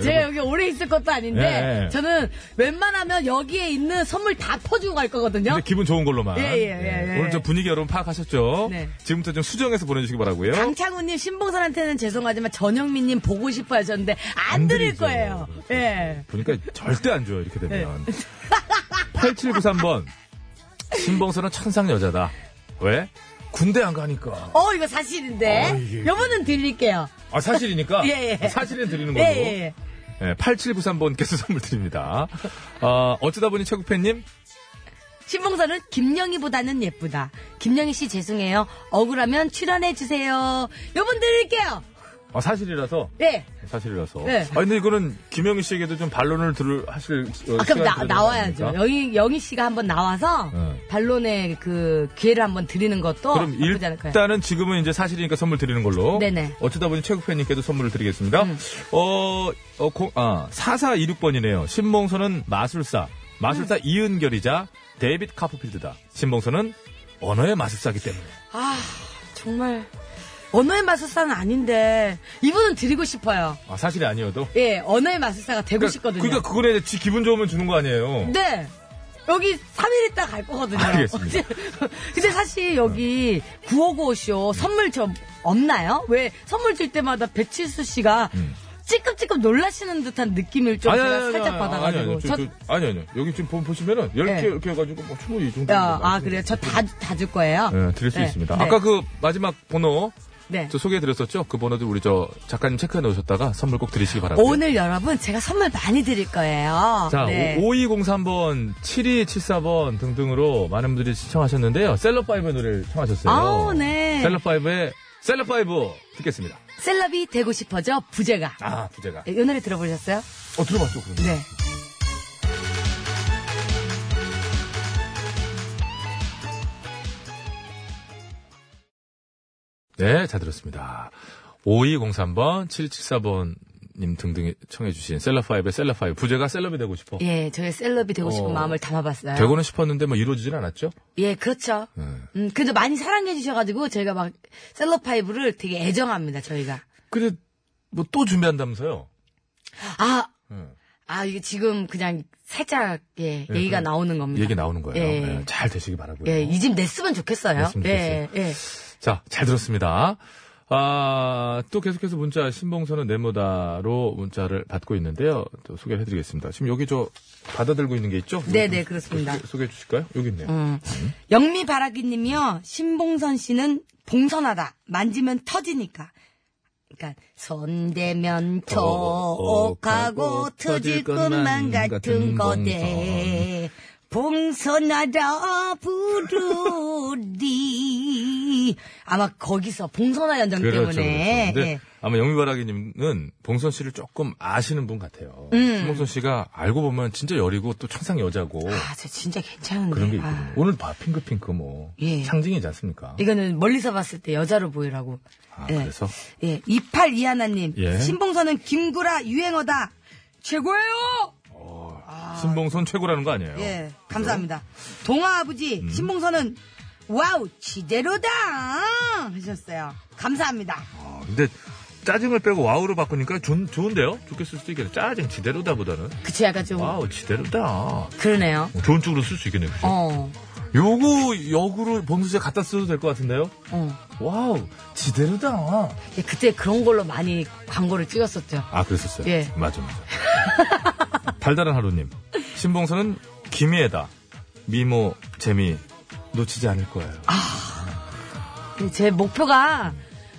S5: <laughs> 제가
S3: 여러분,
S5: 여기 오래 있을 것도 아닌데,
S3: 예, 예.
S5: 저는 웬만하면 여기에 있는 선물 다 퍼주고 갈 거거든요.
S3: 근데 기분 좋은 걸로만.
S5: 예,
S3: 네.
S5: 예, 예, 예.
S3: 오늘 저 분위기 여러분 파악하셨죠?
S5: 네.
S3: 지금부터 좀 수정해서 보내주시기 바라고요.
S5: 강창훈님, 신봉선한테는 죄송하지만 전영민님 보고 싶어 하셨는데, 안,
S3: 안
S5: 드릴
S3: 드리죠.
S5: 거예요.
S3: 그렇죠.
S5: 예.
S3: 보니까 절대 안 줘요 이렇게 되면
S5: 네.
S3: <laughs> 8793번 신봉선은 천상 여자다 왜? 군대 안 가니까
S5: 어, 이거 사실인데.
S3: 어, 이게-
S5: 요분은 드릴게요.
S3: 아
S5: <laughs>
S3: 사실이니까
S5: 예, 예.
S3: 아, 사실은 드리는
S5: 예,
S3: 걸로
S5: 예, 예.
S3: 8793번께서 <laughs> 선물 드립니다 아, 어쩌다 보니 최국팬님
S5: 신봉선은 김영희보다는 예쁘다. 김영희 씨 죄송해요. 억울하면 출연해주세요. 요분 드릴게요.
S3: 아, 사실이라서
S5: 예.
S3: 사실이라서
S5: 네.
S3: 아 근데 이거는 김영희 씨에게도 좀 반론을 들을 하실 어,
S5: 아, 그럼
S3: 시간을
S5: 나,
S3: 드려야 되지
S5: 나와야죠.
S3: 않습니까?
S5: 영희, 영희 씨가 한번 나와서
S3: 네.
S5: 반론의 그 기회를 한번 드리는 것도
S3: 그럼
S5: 어, 나쁘지 않을 거예요.
S3: 일단은 지금은 이제 사실이니까 선물 드리는 걸로.
S5: 네네. 음.
S3: 어쩌다 보니 최국팬님께도 선물을 드리겠습니다. 어, 어, 공, 아, 4426번이네요. 신봉선은 마술사. 마술사
S5: 음.
S3: 이은결이자 데이빗 카프필드다. 신봉선은 언어의 마술사기 때문에.
S5: 아, 정말. 언어의 마술사는 아닌데, 이분은 드리고 싶어요.
S3: 아, 사실이 아니어도.
S5: 예, 언어의 마술사가 되고
S3: 그러니까,
S5: 싶거든요.
S3: 그러니까 그거는 이제 지 기분 좋으면 주는 거 아니에요.
S5: 네. 여기 3일 있다 갈 거거든요.
S3: 알겠습니다.
S5: <laughs> 근데 사실 여기 9595쇼 선물 좀 없나요? 왜 선물 줄 때마다 배칠수 씨가 찌끔찌끔 놀라시는 듯한 느낌을 좀 제가 살짝 받아가지고.
S3: 음. 아니, 아니,
S5: 저-
S3: 아니, 아니. 여기 지금 보- 보시면은 10개
S5: 네.
S3: 이렇게 해가지고 뭐 충분히 이 정도.
S5: 야, 아, 그래요? 저 다, 다 줄 거예요?
S3: 네, 드릴 수
S5: 네.
S3: 있습니다.
S5: 네.
S3: 아까 그 마지막 번호
S5: 네.
S3: 저 소개해드렸었죠? 그 번호도 우리 저 작가님 체크해 놓으셨다가 선물 꼭 드리시기 바랍니다.
S5: 오늘 여러분 제가 선물 많이 드릴 거예요.
S3: 자,
S5: 네.
S3: 5203번, 7274번 등등으로 많은 분들이 신청하셨는데요. 셀럽파이브의 노래를 청하셨어요.
S5: 아우, 네.
S3: 셀럽파이브의 셀럽파이브 듣겠습니다.
S5: 셀럽이 되고 싶어져, 부재가.
S3: 아, 부제가.
S5: 이 노래 들어보셨어요?
S3: 어, 들어봤죠, 그럼.
S5: 네.
S3: 네, 잘 들었습니다. 5203번, 7274번님 등등 청해주신 셀럽5의 셀럽5. 부제가 셀럽이 되고 싶어.
S5: 예, 저의 셀럽이 되고 싶은
S3: 어,
S5: 마음을 담아봤어요.
S3: 되고는 싶었는데 뭐 이루어지진 않았죠?
S5: 예, 그렇죠. 음, 그래도 많이 사랑해 주셔가지고 저희가 막 셀럽파이브를 되게 애정합니다, 저희가.
S3: 근데 뭐 또 준비한다면서요?
S5: 아,
S3: 음.
S5: 아, 이게 지금 그냥 살짝, 예,
S3: 예,
S5: 얘기가
S3: 그냥
S5: 나오는 겁니다.
S3: 얘기 나오는 거예요.
S5: 예.
S3: 네, 잘 되시기 바라고요.
S5: 예, 이 집 냈으면 좋겠어요.
S3: 냈으면
S5: 예, 예.
S3: 자, 잘 들었습니다. 아, 또 계속해서 문자, 신봉선은 네모다로 문자를 받고 있는데요. 또 소개를 해드리겠습니다. 지금 여기 저 받아들고 있는 게 있죠?
S8: 네,
S3: 이거 좀
S8: 네, 그렇습니다. 음,
S3: 소개- 소개해 주실까요? 여기 있네요.
S8: 영미바라기님이요. 신봉선 씨는 봉선하다. 만지면 터지니까. 그러니까 손대면
S9: 톡하고
S8: 톡하고 터질 것만 같은 거대. 봉선하다 부르리. 아마 거기서 봉선화 연장 때문에.
S3: 그렇죠, 근데
S8: 예.
S3: 아마 영미바라기님은 봉선 씨를 조금 아시는 분 같아요.
S8: 음.
S3: 신봉선 씨가 알고 보면 진짜 여리고 또 천상 여자고
S5: 아, 저 진짜
S8: 네.
S5: 괜찮은데.
S3: 그런 게
S5: 아,
S3: 있거든요. 오늘 봐, 핑크핑크 뭐.
S5: 예.
S3: 상징이지 않습니까?
S5: 이거는 멀리서 봤을 때 여자로 보이라고.
S3: 아,
S5: 예.
S3: 그래서?
S8: 예, 28 이하나님.
S3: 예.
S8: 신봉선은 김구라 유행어다. 최고예요!
S3: 어, 신봉선 최고라는 거 아니에요?
S8: 아. 예, 감사합니다. 동아 아버지,
S3: 음.
S8: 신봉선은 와우, 지대로다! 하셨어요. 감사합니다.
S3: 아, 근데 짜증을 빼고 와우로 바꾸니까 좋, 좋은데요? 좋겠을 수도 있겠네. 짜증 지대로다 보다는.
S5: 그치, 약간 좀.
S3: 와우, 지대로다.
S5: 그러네요.
S3: 어, 좋은 쪽으로 쓸 수 있겠네요. 그죠?
S5: 어,
S3: 요거 역으로 봉선 씨가 갖다 써도 될 것 같은데요?
S5: 어.
S3: 와우, 지대로다.
S5: 예, 그때 그런 걸로 많이 광고를 찍었었죠.
S3: 아, 그랬었어요?
S5: 예.
S3: 맞아, 맞아. <laughs> 달달한 하루님. 신봉선은 김희애다. 미모, 재미, 놓치지 않을 거예요.
S5: 아. 제 목표가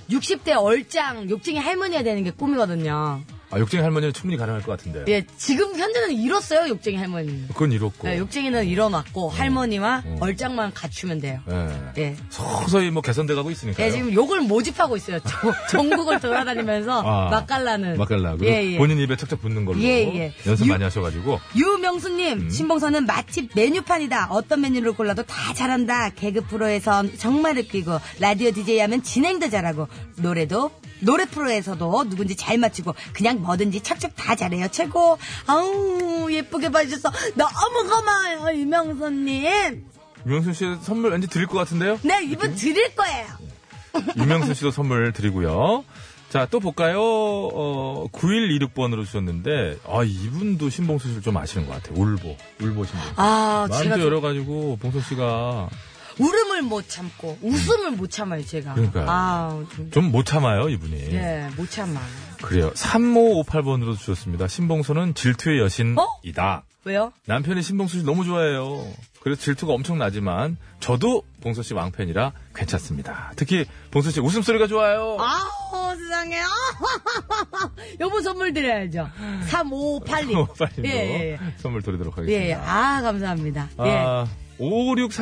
S5: 60대 얼짱, 욕쟁이 할머니가 되는 게 꿈이거든요.
S3: 아, 욕쟁이 할머니는 충분히 가능할 것 같은데.
S5: 예, 지금 현재는 잃었어요, 욕쟁이 할머니.
S3: 그건 이렇고.
S5: 예, 욕쟁이는 일어났고, 할머니와 얼짱만 갖추면 돼요.
S3: 예.
S5: 예.
S3: 서서히 뭐 개선돼 가고 있으니까요.
S5: 예, 지금 욕을 모집하고 있어요. 저- 전국을 돌아다니면서
S3: 아,
S5: 맛깔나는.
S3: 막갈라. 고
S5: 예, 예.
S3: 본인 입에 착착 붙는 걸로
S8: 예, 예.
S3: 연습
S8: 유-
S3: 많이 하셔가지고.
S8: 유명수님,
S3: 음.
S8: 신봉선은 맛집 메뉴판이다. 어떤 메뉴를 골라도 다 잘한다. 개그 프로에선 정말 웃기고, 라디오 DJ 하면 진행도 잘하고, 노래도, 노래 프로에서도 누군지 잘 맞추고, 그냥 뭐든지 착착 다 잘해요. 최고. 아우, 예쁘게 봐주셔서 너무 고마워요, 유명수님.
S3: 유명순 씨 선물 왠지 드릴
S5: <laughs>
S3: 것 같은데요?
S8: 네, 이분 드릴 거예요.
S3: 유명순 씨도 선물 드리고요. 자, 또 볼까요? 어, 9126번으로 주셨는데, 아, 이분도 신봉수 씨를 좀 아시는 것 같아요. 울보. 울보 신봉수.
S5: 아, 제가
S3: 마음도
S5: 좀
S3: 열어가지고, 봉수 씨가
S5: 울음을 못 참고, 웃음을 못 참아요, 제가.
S3: 그러니까요.
S5: 아우, 좀.
S3: 좀 못 참아요, 이분이.
S5: 예, 못 참아.
S3: 그래요. 3558번으로 주셨습니다. 신봉수는 질투의 여신이다.
S5: 어? 왜요?
S3: 남편이 신봉수 씨 너무 좋아해요. 그래서 질투가 엄청나지만 저도 봉수 씨 왕팬이라 괜찮습니다. 특히 봉수 씨 웃음소리가 좋아요.
S5: 아우, 세상에. 아, 요번 선물 드려야죠. 3582.
S3: <laughs> 빨리
S5: 예, 예,
S3: 선물 드리도록
S5: 예. 예,
S3: 하겠습니다.
S5: 아, 감사합니다. 예.
S3: 아,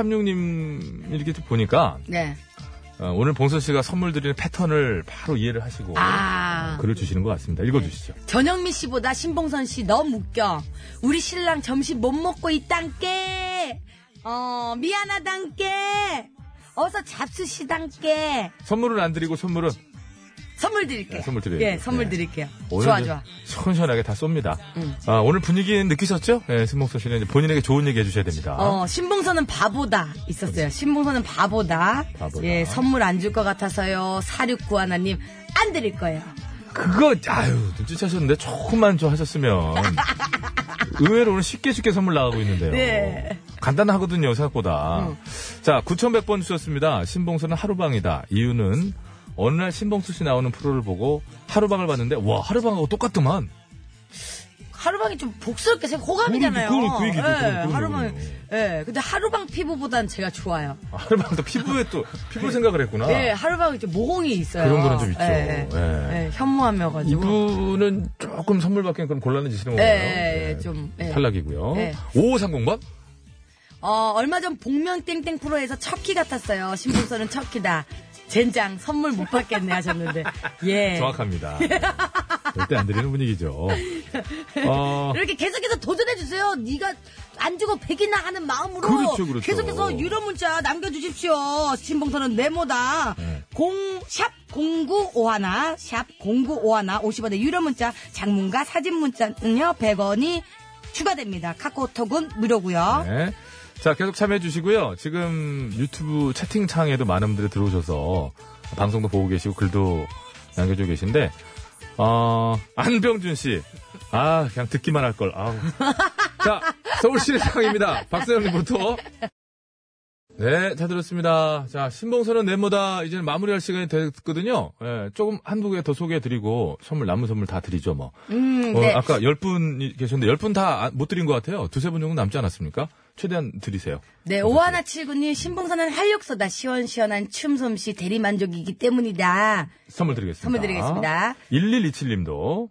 S3: 5636님 이렇게 좀 보니까
S5: 네.
S3: 어, 오늘 봉수 씨가 선물 드리는 패턴을 바로 이해를 하시고
S5: 아.
S3: 글을 주시는 것 같습니다. 읽어주시죠.
S5: 전영미 씨보다 신봉선 씨 너무 웃겨. 우리 신랑 점심 못 먹고 있단께. 어, 미안하단께. 어서 잡수시단께.
S3: 선물은 안 드리고 선물은
S5: 선물 드릴게요.
S3: 네, 선물 드려요.
S5: 예, 선물
S3: 네.
S5: 드릴게요.
S3: 오늘
S5: 좋아,
S3: 이제
S5: 좋아.
S3: 시원시원하게 다 쏩니다.
S5: 음.
S3: 아, 오늘 분위기 느끼셨죠? 네, 신봉수 씨는 이제 본인에게 좋은 얘기 해주셔야 됩니다.
S5: 어, 신봉선은 바보다 있었어요. 신봉선은 바보다.
S3: 바보다.
S5: 예, 선물 안 줄 것 같아서요. 4691님, 안 드릴 거예요.
S3: 그거 아유 눈치채셨는데 조금만 좀 하셨으면 의외로 오늘 쉽게 쉽게 선물 나가고 있는데요.
S5: 네. 음.
S3: 간단하거든요 생각보다. 자 9,100번 주셨습니다. 신봉수는 하루방이다. 이유는 어느 날 신봉수 씨 나오는 프로를 보고 하루방을 봤는데 와 하루방하고 똑같더만.
S5: 하루방이 좀 복스럽게 생각, 호감이잖아요. 네,
S3: 그, 그, 그 얘기, 그, 그, 그, 그, 그, 그.
S5: 하루방, 예, 근데 하루방 피부보단 제가 좋아요.
S3: 아, 하루방도 피부에 또 피부 생각을 했구나.
S5: 예, 하루방이 좀 모공이 있어요.
S3: 아. 그런 거는 좀 있죠.
S5: 예, 예.
S3: 예.
S5: 예, 현무하며가지고.
S3: 이분은 조금 선물 받기엔 그럼 곤란해지시는
S5: 예,
S3: 거예요. 네.
S5: 예, 예, 좀. 예.
S3: 탈락이고요.
S5: 네.
S3: 5530번?
S5: 어, 얼마 전 복면땡땡 프로에서 척키 같았어요. 신봉선은 척키다. 젠장, 선물 못 받겠네 하셨는데.
S3: <laughs>
S5: 예.
S3: 정확합니다. 절대 안 드리는 분위기죠. 어,
S5: 이렇게 계속해서 도전해주세요. 네가 안 주고 백이나 하는 마음으로
S3: 그렇죠, 그렇죠.
S5: 계속해서 유료 문자 남겨주십시오. 신봉선은 네모다.
S8: 공, 샵 0951, 샵 0951, 50원의 유료 문자, 장문과 사진 문자는요, 100원이 추가됩니다. 카카오톡은 무료고요
S3: 네. 자, 계속 참여해 주시고요. 지금 유튜브 채팅창에도 많은 분들이 들어오셔서 방송도 보고 계시고 글도 남겨주고 계신데, 어, 안병준 씨. 아, 그냥 듣기만 할 걸. 아우. 자, 서울시의 상황입니다. 박세영 님부터. 네, 잘 들었습니다. 자, 신봉선은 네모다 이제는 마무리할 시간이 됐거든요. 예, 조금 한두 개 더 소개해드리고, 선물, 남은 선물 다 드리죠, 뭐.
S8: 음,
S3: 어,
S8: 네.
S3: 아까 열분이 계셨는데, 열 분 다 못 드린 것 같아요. 두세 분 정도 남지 않았습니까? 최대한 드리세요.
S5: 네, 오하나 칠구님 신봉선은 활력소다. 시원시원한 춤솜씨 대리만족이기 때문이다.
S3: 선물 드리겠습니다.
S5: 선물 드리겠습니다.
S3: 1127님도.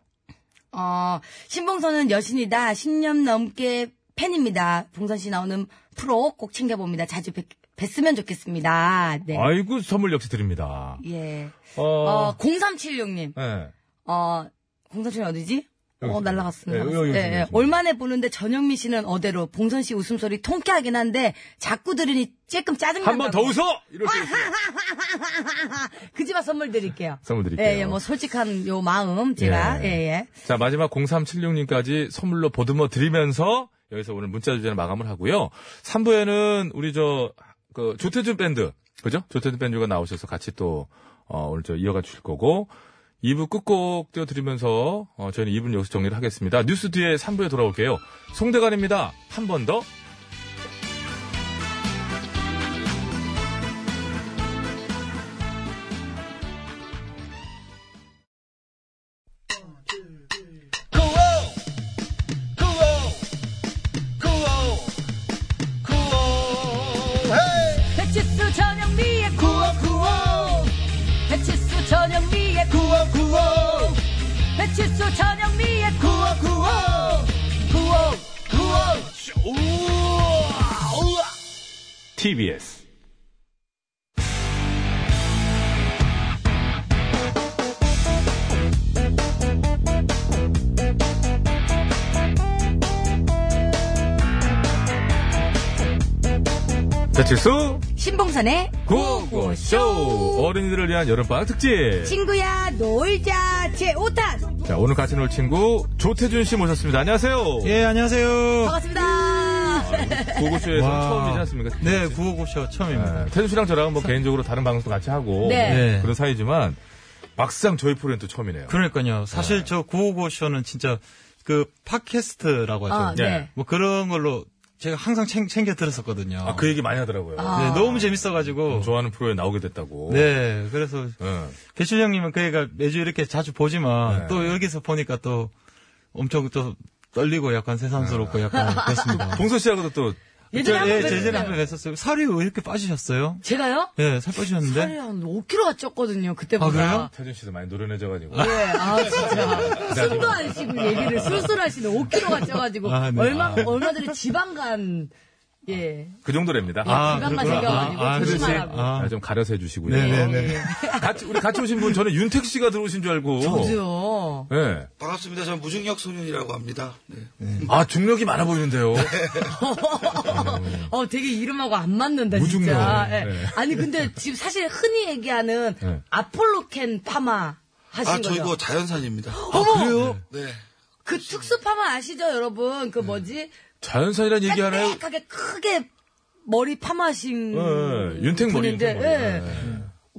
S5: 어, 신봉선은 여신이다. 10년 넘게 팬입니다. 봉선 씨 나오는 프로 꼭 챙겨봅니다. 자주 뵙, 뵀으면 좋겠습니다. 네.
S3: 아이고, 선물 역시 드립니다.
S5: 예.
S3: 어,
S5: 어, 0376님.
S3: 예.
S5: 어, 0376님 어디지?
S3: 여기
S5: 어,
S3: 있습니다.
S5: 날라갔습니다.
S3: 예, 여기, 여기 있습니다, 여기 있습니다.
S5: 얼마나 보는데 전영미 씨는 어대로 봉선 씨 웃음소리 통쾌하긴 한데 자꾸 들으니 조금 짜증난다.
S3: 한 번 더 웃어! 이렇게.
S5: <laughs> 그 집안 선물 드릴게요.
S3: 선물 드릴게요.
S5: 예, 예, 뭐 솔직한 요 마음 제가
S3: 예.
S5: 예, 예.
S3: 자, 마지막 0376님까지 선물로 보듬어 드리면서 여기서 오늘 문자 주제는 마감을 하고요. 3부에는 우리 저, 그, 조태준 밴드, 그죠? 조태준 밴드가 나오셔서 같이 또, 어, 오늘 저 이어가 주실 거고, 2부 끝곡 띄워드리면서, 어, 저희는 2부 는 여기서 정리를 하겠습니다. 뉴스 뒤에 3부에 돌아올게요. 송대관입니다. 한 번 더.
S9: 배치수 전영미의 구호 구호 배치수 전영미의 구호 구호 배치수 전영미의 구호 구호 구호 구호 우와 우와
S3: TBS. 배칠수
S8: 신봉선의
S3: 구호구쇼 어린이들을 위한 여름방학 특집
S8: 친구야, 놀자, 제 5탄!
S3: 자 오늘 같이 놀 친구 조태준 씨 모셨습니다 안녕하세요
S10: 예, 안녕하세요.
S8: 반갑습니다.
S3: 구호구쇼에서
S10: 와.
S3: 처음이지 않습니까
S10: 네, 구호고쇼 처음입니다.
S3: 태준 씨랑 저랑은 뭐 개인적으로 다른 방송도 같이 하고 뭐
S5: 네.
S10: 네.
S3: 그런 사이지만 막상 저희 프로는 또 처음이네요.
S10: 그러니까요. 사실 저 구호고쇼는 진짜 그 팟캐스트라고 하죠.
S5: 아, 네.
S10: 뭐 그런 걸로 제가 항상 챙, 겨 들었었거든요.
S3: 아, 그 얘기 많이 하더라고요.
S10: 네, 너무
S11: 음,
S10: 재밌어가지고.
S3: 좋아하는 프로에 나오게 됐다고.
S10: 네, 그래서
S3: 예.
S10: 개출 형님은 그 애가 매주 이렇게 자주
S11: 네.
S10: 보지만 또 여기서 보니까 또 엄청 또 떨리고 약간
S11: 네.
S10: 새삼스럽고 약간
S11: <laughs>
S10: 그렇습니다.
S3: 봉선 씨하고도 또
S5: 예전에 한번
S10: 예,
S5: 뵀어요.
S10: 제전에 한번 뵀었어요. 살이 왜 이렇게 빠지셨어요?
S5: 제가요?
S10: 예, 살 빠지셨는데.
S5: 살이 한 5kg가 쪘거든요, 그때보다.
S10: 아, 그래요? 네.
S3: 태준 씨도 많이 노련해져가지고.
S5: 예, 아, 진짜. 숨도 안 쉬고 얘기를 술술 하시네. 5kg가 쪄가지고.
S10: 아, 네.
S5: 얼마,
S10: 아.
S5: 얼마 전에 지방간, 예.
S3: 그 정도랍니다.
S10: 아,
S5: 지방만
S10: 그렇구나.
S5: 생겨가지고
S10: 아, 아,
S3: 태준 씨,
S5: 조심하라고.
S10: 아.
S3: 아, 좀 가려서 해주시고요.
S10: 네네네.
S5: 어,
S3: 같이 우리 같이 오신 분 저는 윤택 씨가 들어오신 줄 알고.
S5: 예. 저도요.
S3: 예.
S11: 반갑습니다. 저는 무중력 소년이라고 합니다. 네.
S3: 아 중력이 많아 보이는데요.
S10: 네. 아.
S5: 어, 되게 이름하고 안 맞는다,
S3: 무중력.
S5: 진짜. 예.
S3: 네.
S5: 아니, 근데 지금 사실 흔히 얘기하는
S3: 네.
S5: 아폴로캔 파마 하신
S11: 아, 저
S5: 거죠?
S11: 이거 자연산입니다.
S3: 아, 그래요?
S11: 네.
S5: 그 특수 파마 아시죠, 여러분?
S3: 음.
S5: 그 뭐지?
S3: 자연산이란 얘기 하나요?
S5: 빽빽하게 크게 머리 파마하신
S10: 아, 네.
S3: 예, 예. 윤택 머리.
S5: 분인데,
S3: 윤택 머리.
S5: 예.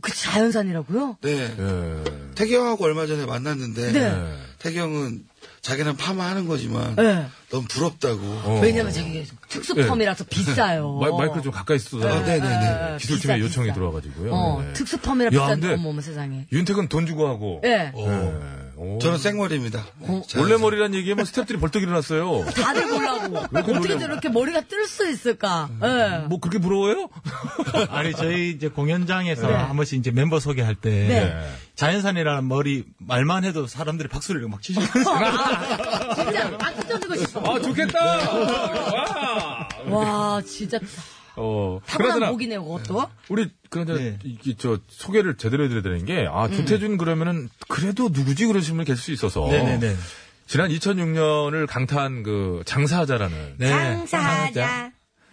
S5: 그 자연산이라고요?
S11: 네.
S3: 예.
S11: 태기 형하고 얼마 전에 만났는데
S5: 네.
S11: 태기 형은 자기는 파마하는 거지만
S5: 네.
S11: 너무 부럽다고.
S3: 어. 예.
S5: 왜냐면 저게 특수펌이라서
S3: <laughs>
S5: 비싸요.
S3: 마, 마이크를 좀 가까이 쓰다.
S11: 아, 네네네.
S3: 기술팀에
S5: 비싸,
S3: 요청이
S5: 비싸.
S3: 들어와가지고요.
S5: 어,
S3: 네.
S5: 특수펌이라
S3: 야,
S5: 비싼
S3: 근데-
S5: 어머머 세상에.
S3: 윤택은 돈 주고 하고.
S5: 예.
S3: 네. 오.
S11: 저는 생머리입니다. 네, 자연산.
S3: 어, 원래 뭐 머리란 얘기하면 스탭들이 벌떡 일어났어요. 뭐
S5: 다들 보려고.
S3: 이렇게
S5: 어떻게
S3: 놀래요?
S5: 저렇게 머리가 뜰 수 있을까? 예.
S3: 뭐 그렇게 부러워요?
S10: <laughs> 아니 저희 이제 공연장에서 한 번씩 이제 멤버 소개할 때
S3: 예.
S5: 네.
S10: 자연산이라는 머리 말만 해도 사람들이 박수를 막 치시면서
S5: 아, 진짜 악기 쳐주고 싶어.
S3: 아 좋겠다. 와.
S5: 와, 진짜
S3: 어.
S5: 타고난
S3: 그러더라.
S5: 목이네요, 그것도.
S3: 우리 그러나
S10: 네.
S3: 이게 저 소개를 제대로 해드려야 되는 게 아
S5: 음.
S3: 조태준 그러면은 그래도 누구지 그러신 분이 계실 수 있어서.
S10: <laughs> 네네네.
S3: 지난 2006년을 강타한 그 장사자라는
S10: 네.
S8: 장사자,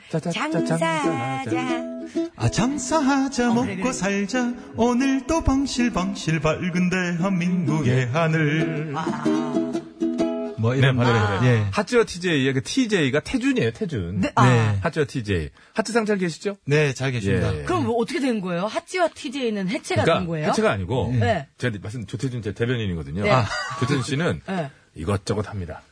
S3: 장사자.
S8: 장사자.
S12: 아 장사하자 먹고 살자 오늘도 방실방실 밝은 대한민국의 하늘
S10: 뭐 이런
S3: 네,
S10: 노래.
S3: 맞아요.
S10: 예.
S3: 핫지와 TJ의 그 TJ가 태준이에요, 태준.
S10: 네, 아. 네.
S3: 핫지와 TJ. 핫지상 잘 계시죠?
S10: 네, 잘 계십니다.
S5: 그럼 뭐 어떻게 된 거예요? 핫지와 TJ는 해체가 된 거예요?
S3: 예. 해체가 그러니까 아니고
S5: 네.
S3: 제가 말씀 조태준 제 대변인이거든요.
S5: 네. 아.
S3: 조태준 씨는
S5: 네.
S3: 이것저것 합니다.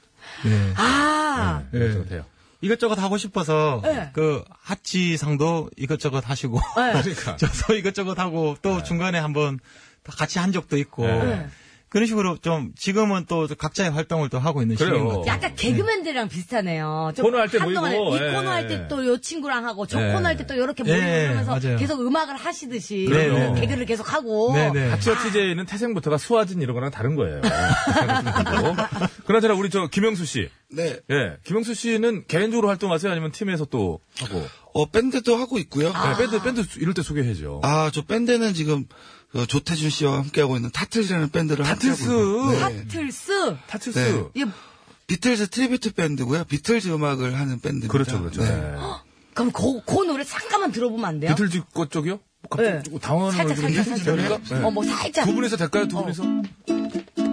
S12: 네.
S5: 아.
S3: 이것저것 해요.
S10: 이것저것 하고 싶어서
S5: 네.
S10: 그 하치상도 이것저것 하시고
S5: 네.
S10: <laughs>
S3: 그러니까.
S10: 저도 이것저것 하고 또 중간에 한번 다 같이 한 적도 있고
S3: 네.
S10: 그런 식으로 좀 지금은 또 각자의 활동을 또 하고 있는
S3: 그래요.
S10: 시기인 것 같아요.
S5: 약간 개그맨들이랑 비슷하네요. 좀
S10: 음. 코너 할때
S5: 한동안에
S10: 모이고,
S5: 이
S10: 예.
S5: 코너 할 때 또 요 친구랑 하고 저
S3: 예.
S5: 코너 할 때 또 이렇게 모이고
S3: 예,
S5: 이러면서
S3: 맞아요.
S5: 계속 음악을 하시듯이 네,
S3: 그럼요.
S5: 개그를 계속
S3: 어,
S5: 하고
S10: 네,
S3: 핫지와 TJ는 태생부터가 수화진 이런 거랑
S5: <laughs>
S3: 다른 거예요. 생각하시면 되고. 그나저나 우리 저 김영수 씨.
S11: 네.
S3: 예. 김영수 씨는 개인적으로 활동하세요? 아니면 팀에서 또 하고?
S11: 어, 밴드도 하고 있고요.
S5: 아.
S3: 네, 밴드, 밴드 이럴 때 소개해줘.
S11: 아, 저 밴드는 지금 어, 조태준 씨와 함께하고 있는 타틀스라는 밴드를
S3: 타틀스.
S11: 함께하고 있는 네.
S5: 타틀스.
S3: 타틀스.
S5: 예,
S11: 비틀즈 트리뷰트 밴드고요. 비틀즈 음악을 하는 밴드입니다.
S3: 그렇죠, 그렇죠. 네.
S5: 그럼 그, 그 노래 잠깐만 들어보면 안 돼요?
S3: 비틀즈 거 쪽이요? 갑자기
S5: 네.
S11: 어, 뭐
S3: 당황하는
S5: 살짝,
S3: 얼굴이
S5: 살짝, 살짝.
S3: 됩니까? 네.
S5: 어, 뭐 살짝.
S3: 두 분에서 될까요?
S5: 음, 어.
S3: 두 분에서?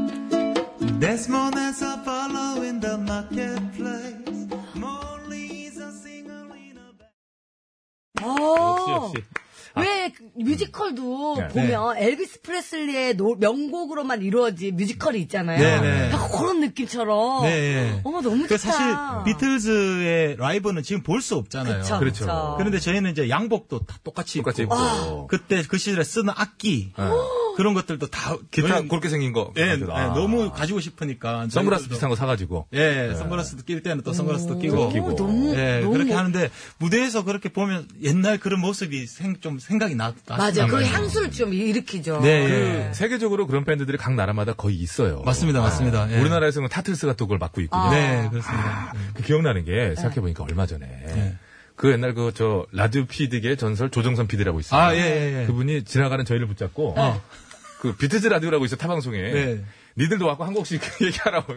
S12: There's more than a follow in the marketplace More Lisa singer in a
S5: 역시,
S3: 어, 역시.
S5: 어.
S10: 아.
S5: 왜 그 뮤지컬도
S3: 네.
S5: 보면 엘비스 프레슬리의 노- 명곡으로만 이루어진 뮤지컬이 있잖아요.
S10: 네, 네.
S5: 약간 그런 느낌처럼.
S10: 네, 예.
S5: 어머 너무
S10: 그
S5: 좋다.
S10: 사실 비틀즈의 라이브는 지금 볼 수 없잖아요.
S5: 그쵸, 그렇죠. 그쵸.
S10: 런데 저희는 이제 양복도 다 똑같이,
S3: 똑같이
S10: 입고,
S3: 입고.
S10: 그때 그 시절에 쓰는 악기
S5: 어.
S10: 그런 것들도 다
S3: 기타
S10: 저희는-
S3: 그렇게 생긴 거.
S10: 예,
S3: 아.
S10: 예, 너무 가지고 싶으니까
S3: 선글라스
S10: 저희들도-
S3: 비슷한 거 사가지고.
S10: 예, 선글라스도 낄 때는 또 선글라스도
S3: 오,
S10: 끼고.
S3: 끼고. 너무-
S10: 예,
S3: 너무
S10: 그렇게
S3: 멋-
S10: 하는데, 무대에서 그렇게 보면 옛날 그런 모습이 생, 좀 생각이 나, 나시나
S5: 맞아. 그
S10: 봐요.
S5: 향수를 좀 일으키죠.
S10: 네,
S3: 그 세계적으로 그런 밴드들이 각 나라마다 거의 있어요.
S10: 맞습니다, 맞습니다. 예.
S3: 우리나라에서는 타틀스가 또 그걸 맡고 있군요.
S10: 아. 네, 그렇습니다. 예.
S3: 그 기억나는 게 생각해보니까 얼마 전에
S10: 네.
S3: 그 옛날 그 저 라디오 피디계 전설 조정선 피디라고 있어요.
S10: 아, 예, 예, 어, 예.
S3: 그분이 지나가는 저희를 붙잡고 그 비트즈 라디오라고 있어 타방송에
S10: 네.
S3: 니들도 와고 한 곡씩 <laughs> 얘기하라고.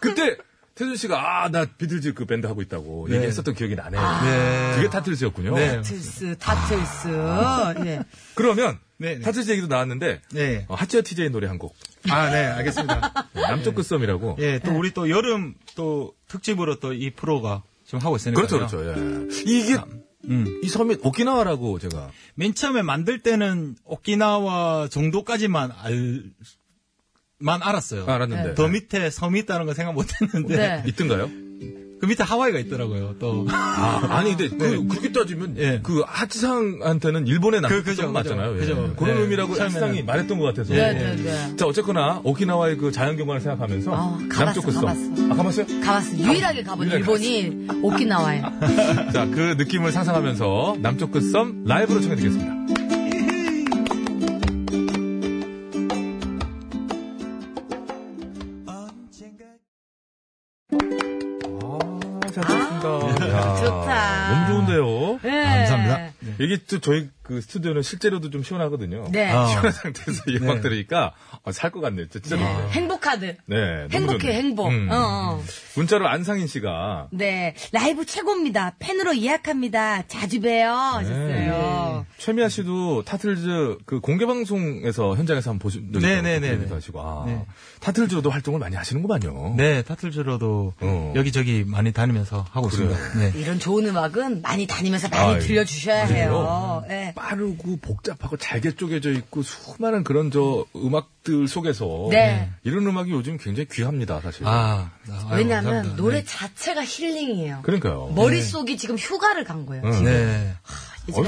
S3: 그때 태준 씨가 아 나 비틀즈 그 밴드 하고 있다고
S10: 네.
S3: 얘기했었던 기억이 나네요.
S10: 네.
S3: 그게 타틀즈였군요.
S10: 네.
S5: 타틀스, 타틀스. 예.
S3: 그러면
S10: 네, 네.
S3: 타틀즈 얘기도 나왔는데
S10: 네.
S3: 어, 하치어 TJ 노래 한 곡.
S10: 아, 네, 알겠습니다.
S3: 남쪽 끝섬이라고.
S10: 예, 또 우리 또 여름 또 특집으로 또 이 프로가 지금 하고 음. 있으니까.
S3: 그렇죠, 그렇죠. 예. 이게 이 섬이 오키나와라고 제가
S10: 맨 처음에 만들 때는 오키나와 정도까지만 알, 만 알았어요.
S3: 아, 알았는데.
S10: 더 밑에 섬이 있다는 건 생각 못 했는데.
S3: 네. 있던가요?
S10: 그 밑에 하와이가 있더라고요, 또.
S3: 아, 니 근데 그, 그렇게 따지면
S10: 예.
S3: 그 하치상한테는 일본의 남쪽
S10: 그- 그죠,
S3: 끝섬 맞잖아요. 그
S10: 그죠, 그죠.
S3: 런
S10: 네.
S3: 의미라고
S10: 처음에는.
S3: 하치상이 말했던 것 같아서. 예.
S10: 네, 네,
S5: 네.
S3: 자 어쨌거나 오키나와의 그 자연경관을 생각하면서
S5: 아, 가봤어,
S3: 남쪽 끝섬.
S5: 가봤어.
S3: 아 가봤어요?
S5: 가봤어. 네, 유일하게 아, 가본
S3: 유일하게
S5: 일본이 오키나와에.
S3: 자 그 느낌을 상상하면서 남쪽 끝섬 라이브로 청해드리겠습니다. 잘 들었습니다. 야,
S5: 좋다.
S3: 너무 좋은데요.
S5: 네. 감사합니다.
S3: 이게 또 저희 그 스튜디오는 실제로도 좀 시원하거든요.
S5: 네.
S3: 아.
S5: 어.
S3: 시원한 상태에서 이 음악 들으니까 어, 살 것 같네요. 진짜 좋네요.
S5: 행복하드.
S3: 네. 너무
S5: 행복해,
S3: 좋네요.
S5: 행복.
S3: 음.
S5: 어, 어.
S3: 문자로 안상인 씨가
S5: 네. 라이브 최고입니다. 팬으로 예약합니다. 자주 봬요. 하셨어요.
S3: 최미아 씨도 타틀즈 그 공개 방송에서 현장에서 한번 보신 적이
S10: 네, 네, 네,
S3: 있다고
S10: 네.
S3: 하시고 아,
S10: 네.
S3: 타틀즈로도 활동을 많이 하시는구만요.
S10: 네, 타틀즈로도 여기저기 많이 다니면서 하고
S3: 어. 그래요?
S10: 있습니다. 네.
S5: 이런 좋은 음악은 많이 다니면서 많이
S3: 아,
S5: 들려주셔야 해요.
S3: 그래요?
S5: 예.
S3: 빠르고 복잡하고 잘게 쪼개져 있고 수많은 그런 저 음악들 속에서
S5: 네.
S3: 이런 음악이 요즘 굉장히 귀합니다, 사실.
S10: 아,
S5: 왜냐하면 노래 자체가 힐링이에요.
S3: 그러니까요.
S5: 뭐, 머릿속이 지금 휴가를 간 거예요.
S3: 네.
S5: 지금.
S10: 네.
S5: 이제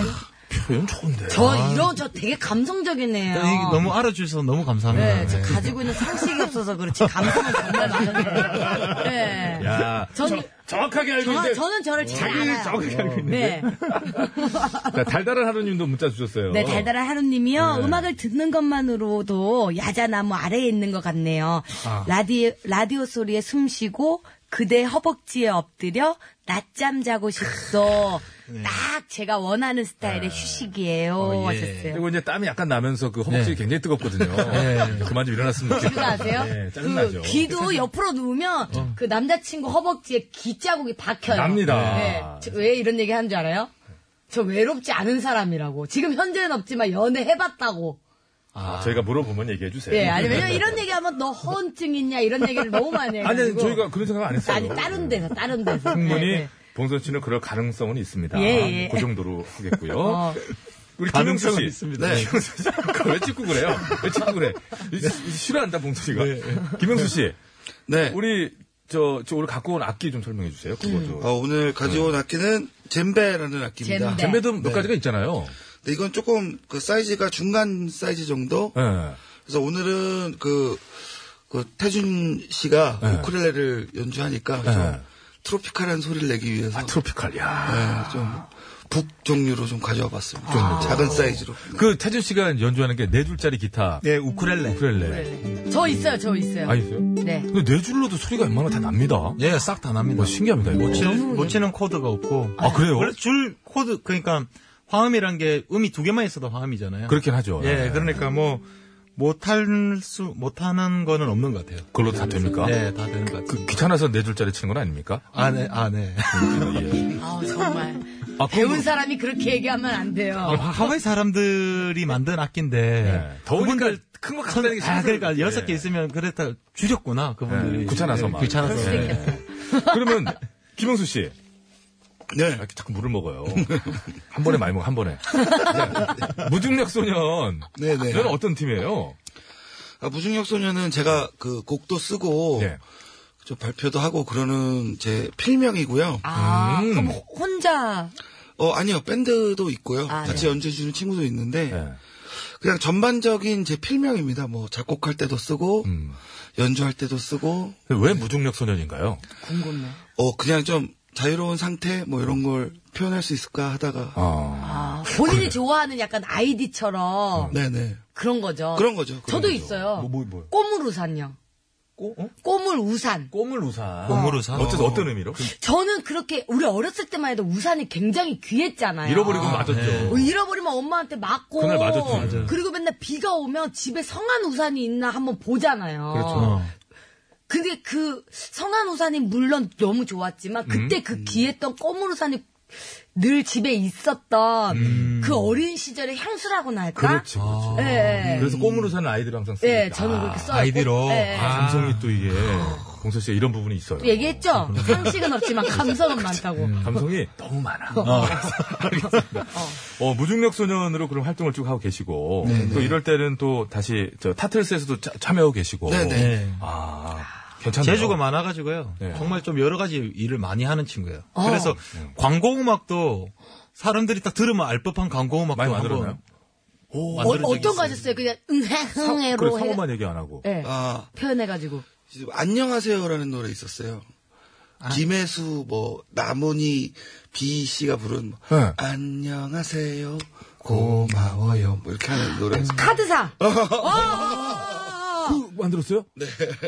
S3: 표현 좋은데.
S5: 저 이런 저 되게 아. 감성적이네요.
S10: 네, 이게 너무 알아주셔서 너무 감사합니다.
S5: 어. 네, 저 가지고 있는 상식이 없어서 그렇지 감성은 정말 많은데. 네.
S3: 야,
S5: 저는
S3: 정확하게 알고
S5: 저,
S3: 있는데.
S5: 저는 저를 잘 알아요.
S3: 정확하게 알고
S5: 네.
S3: 있는데. 자, 달달한 하루님도 문자 주셨어요.
S5: 네, 달달한 하루님이요.
S3: 네.
S5: 음악을 듣는 것만으로도 야자나무 아래에 있는 것 같네요.
S3: 아.
S5: 라디, 라디오 소리에 숨 쉬고 그대 허벅지에 엎드려 낮잠 자고 싶소. 딱 제가 원하는 스타일의 휴식이에요.
S3: 네. 아. 어, 예.
S5: 하셨어요.
S3: 그리고 이제 땀이 약간 나면서 그 허벅지
S10: 네.
S3: 굉장히 뜨겁거든요.
S10: 네.
S3: 그만 좀 일어났으면
S5: 그거
S3: 좋겠다.
S5: 아세요?
S3: 네, 짜증나죠. 어.
S5: 그 귀도 옆으로 누우면 그 남자친구 허벅지에 귀 자국이 박혀요.
S3: 납니다.
S5: 네. 저왜 이런 얘기 하는 줄 알아요? 저 외롭지 않은 사람이라고. 지금 현재는 없지만 연애 해봤다고.
S3: 아, 저희가 물어보면 얘기해 주세요. 네.
S5: 예, 아니, 왜냐면 이런 얘기하면 너 허언증 있냐 이런 얘기를 너무 많이 해요.
S3: 아니, 아니, 저희가 그런 생각 안 했어요.
S5: 아니, 다른 데서, 다른 데서.
S3: 충분히
S5: 네, 네.
S3: 봉선 씨는 그럴 가능성은 있습니다.
S5: 예, 예.
S3: 그 정도로 하겠고요.
S5: 어.
S3: 우리
S10: 가능성은
S3: 김영수 씨.
S10: 있습니다.
S3: 네. 김영수 씨. <laughs> 그걸 왜 찍고 그래요? 왜 찍고 그래? 이- 이- 싫어한다, 봉선 씨가.
S10: 네,
S3: 김영수 씨.
S11: 네.
S3: 우리, 저, 저 오늘 갖고 온 악기 좀 설명해 주세요. 그거 좀.
S11: 어, 오늘
S10: 네.
S11: 가져온 악기는 젬베라는
S5: 네.
S11: 악기입니다.
S3: 젬베. 젬베도 몇 가지가 있잖아요.
S11: 네. 근데 이건 조금 그 사이즈가 중간 사이즈 정도.
S3: 네.
S11: 그래서 오늘은 그, 그 태준 씨가
S3: 네.
S11: 우쿨렐레를 연주하니까 좀 트로피칼한 소리를 내기 위해서.
S3: 아, 트로피칼,
S11: 야. 좀북 종류로 좀 가져와 봤습니다.
S10: 아.
S11: 작은 사이즈로.
S3: 아. 그 태준 씨가 연주하는 게 네 줄짜리 기타.
S10: 네, 우쿨렐레.
S3: 우쿨렐레.
S5: 저 있어요, 저 있어요.
S3: 아, 있어요?
S5: 네.
S3: 근데 네 줄로도 소리가 웬만하면 다 납니다. 뭐
S10: 예, 싹 다 네. 납니다.
S3: 신기합니다, 이거.
S10: 못 치는, 못 치는 코드가 없고.
S3: 음. 아, 그래요?
S10: 원래 줄 코드, 그러니까 화음이란 게 음이 두 개만 있어도 화음이잖아요.
S3: 그렇긴 하죠.
S10: 예,
S3: 예.
S10: 그러니까 뭐, 못할 수, 못하는 거는 없는 것 같아요.
S3: 그걸로 다 됩니까?
S10: 예, 다 되는 것 같아요.
S3: 그 귀찮아서 네 줄짜리 치는 건 아닙니까?
S10: 아, 네, 아, 네.
S5: 아우, 정말.
S3: 아,
S5: 배운 사람이 그렇게 얘기하면 안 돼요.
S10: 아, 하- 하와이 사람들이 만든 악기인데 그분들
S3: 네. 큰거
S10: 큰- 아 그러니까 여섯 개
S3: 예.
S10: 있으면 그랬다 줄였구나 그분들이
S3: 예, 귀찮아서 막.
S10: 귀찮아서 네.
S3: 그럴 수도 있겠어요. 그러면 김영수 씨.
S11: 네.
S3: 이렇게 자꾸 물을 먹어요. 한 번에 많이 먹어, 한 번에. 네. 무중력 소년.
S11: 네네.
S3: 저는 어떤 팀이에요?
S11: 아, 무중력 소녀는 제가 그 곡도 쓰고
S3: 네.
S11: 좀 발표도 하고 그러는 제 필명이고요.
S5: 아,
S3: 음.
S5: 그럼 혼자.
S11: 어 아니요 밴드도 있고요.
S5: 아,
S11: 같이 연주해주는 친구도 있는데
S3: 네.
S11: 그냥 전반적인 제 필명입니다. 뭐 작곡할 때도 쓰고
S3: 음.
S11: 연주할 때도 쓰고
S3: 왜 무중력 소년인가요?
S5: 궁금해.
S11: 어 그냥 좀 자유로운 상태 뭐 이런 걸 표현할 수 있을까 하다가
S5: 아, 본인이 좋아하는 약간 아이디처럼
S11: 네네
S5: 그런 거죠.
S11: 그런 거죠, 그런
S5: 어. 저도
S11: 거죠.
S5: 있어요.
S11: 뭐, 뭐, 뭐.
S5: 꼬물 우산요.
S3: 꼬,
S5: 물 우산.
S3: 어? 꼬물 우산.
S10: 공으로 사
S3: 어째서 그 어떤 의미로?
S5: 저는 그렇게 우리 어렸을 때만 해도 우산이 굉장히 귀했잖아요.
S3: 잃어버리고 맞았죠.
S5: 어, 잃어버리면 엄마한테 맞고
S3: 그날 맞았죠. 맞아요.
S5: 그리고 맨날 비가 오면 집에 성한 우산이 있나 한번 보잖아요.
S11: 어.
S3: 그렇죠.
S5: 근데 그 성한 우산이 물론 너무 좋았지만 그때
S3: 음.
S5: 그 귀했던 꼬물 우산이 늘 집에 있었던 그 어린 시절의 향수라고나 할까?
S3: 음. 그렇지, 그렇죠.
S5: 예, 예.
S3: 그래서 꼼으로 사는 아이들 항상 쓰니까.
S5: 예, 저는 그렇게 써요.
S3: 아이디로.
S5: 예, 예.
S3: 아, 감성이 또 이게. 공서 씨가 이런 부분이 있어요.
S5: 또 얘기했죠? 상식은 없지만 감성은 많다고.
S3: 감성이 어, 너무 많아.
S11: 어.
S3: 알겠습니다. 어, 무중력 소년으로 그럼 활동을 쭉 하고 계시고
S11: 네,
S3: 또 이럴 때는 또 다시 저 타틀스에서도 짜- 참여하고 계시고
S10: 네네.
S3: 아 괜찮네요.
S10: 재주가 많아가지고요
S3: 네.
S10: 정말 좀 여러 가지 일을 많이 하는 친구예요
S3: 어.
S10: 그래서 광고 음악도 사람들이 딱 들으면 알 법한 광고 음악도
S3: 많이
S10: 한번
S3: 만들었나요?
S5: 어,
S10: 만들어진 적이
S5: 어떤 거 하셨어요? 그냥 응해응해로 해
S3: 얘기 안 하고
S5: 예.
S11: 아
S5: 표현해가지고.
S11: 지금 안녕하세요라는 노래 있었어요.
S10: 아.
S11: 김혜수 뭐 남은이 비 씨가 부른 뭐, 안녕하세요 고마워요 뭐 이렇게 하는 노래.
S5: 카드사.
S3: 어? 그 만들었어요?
S11: 네.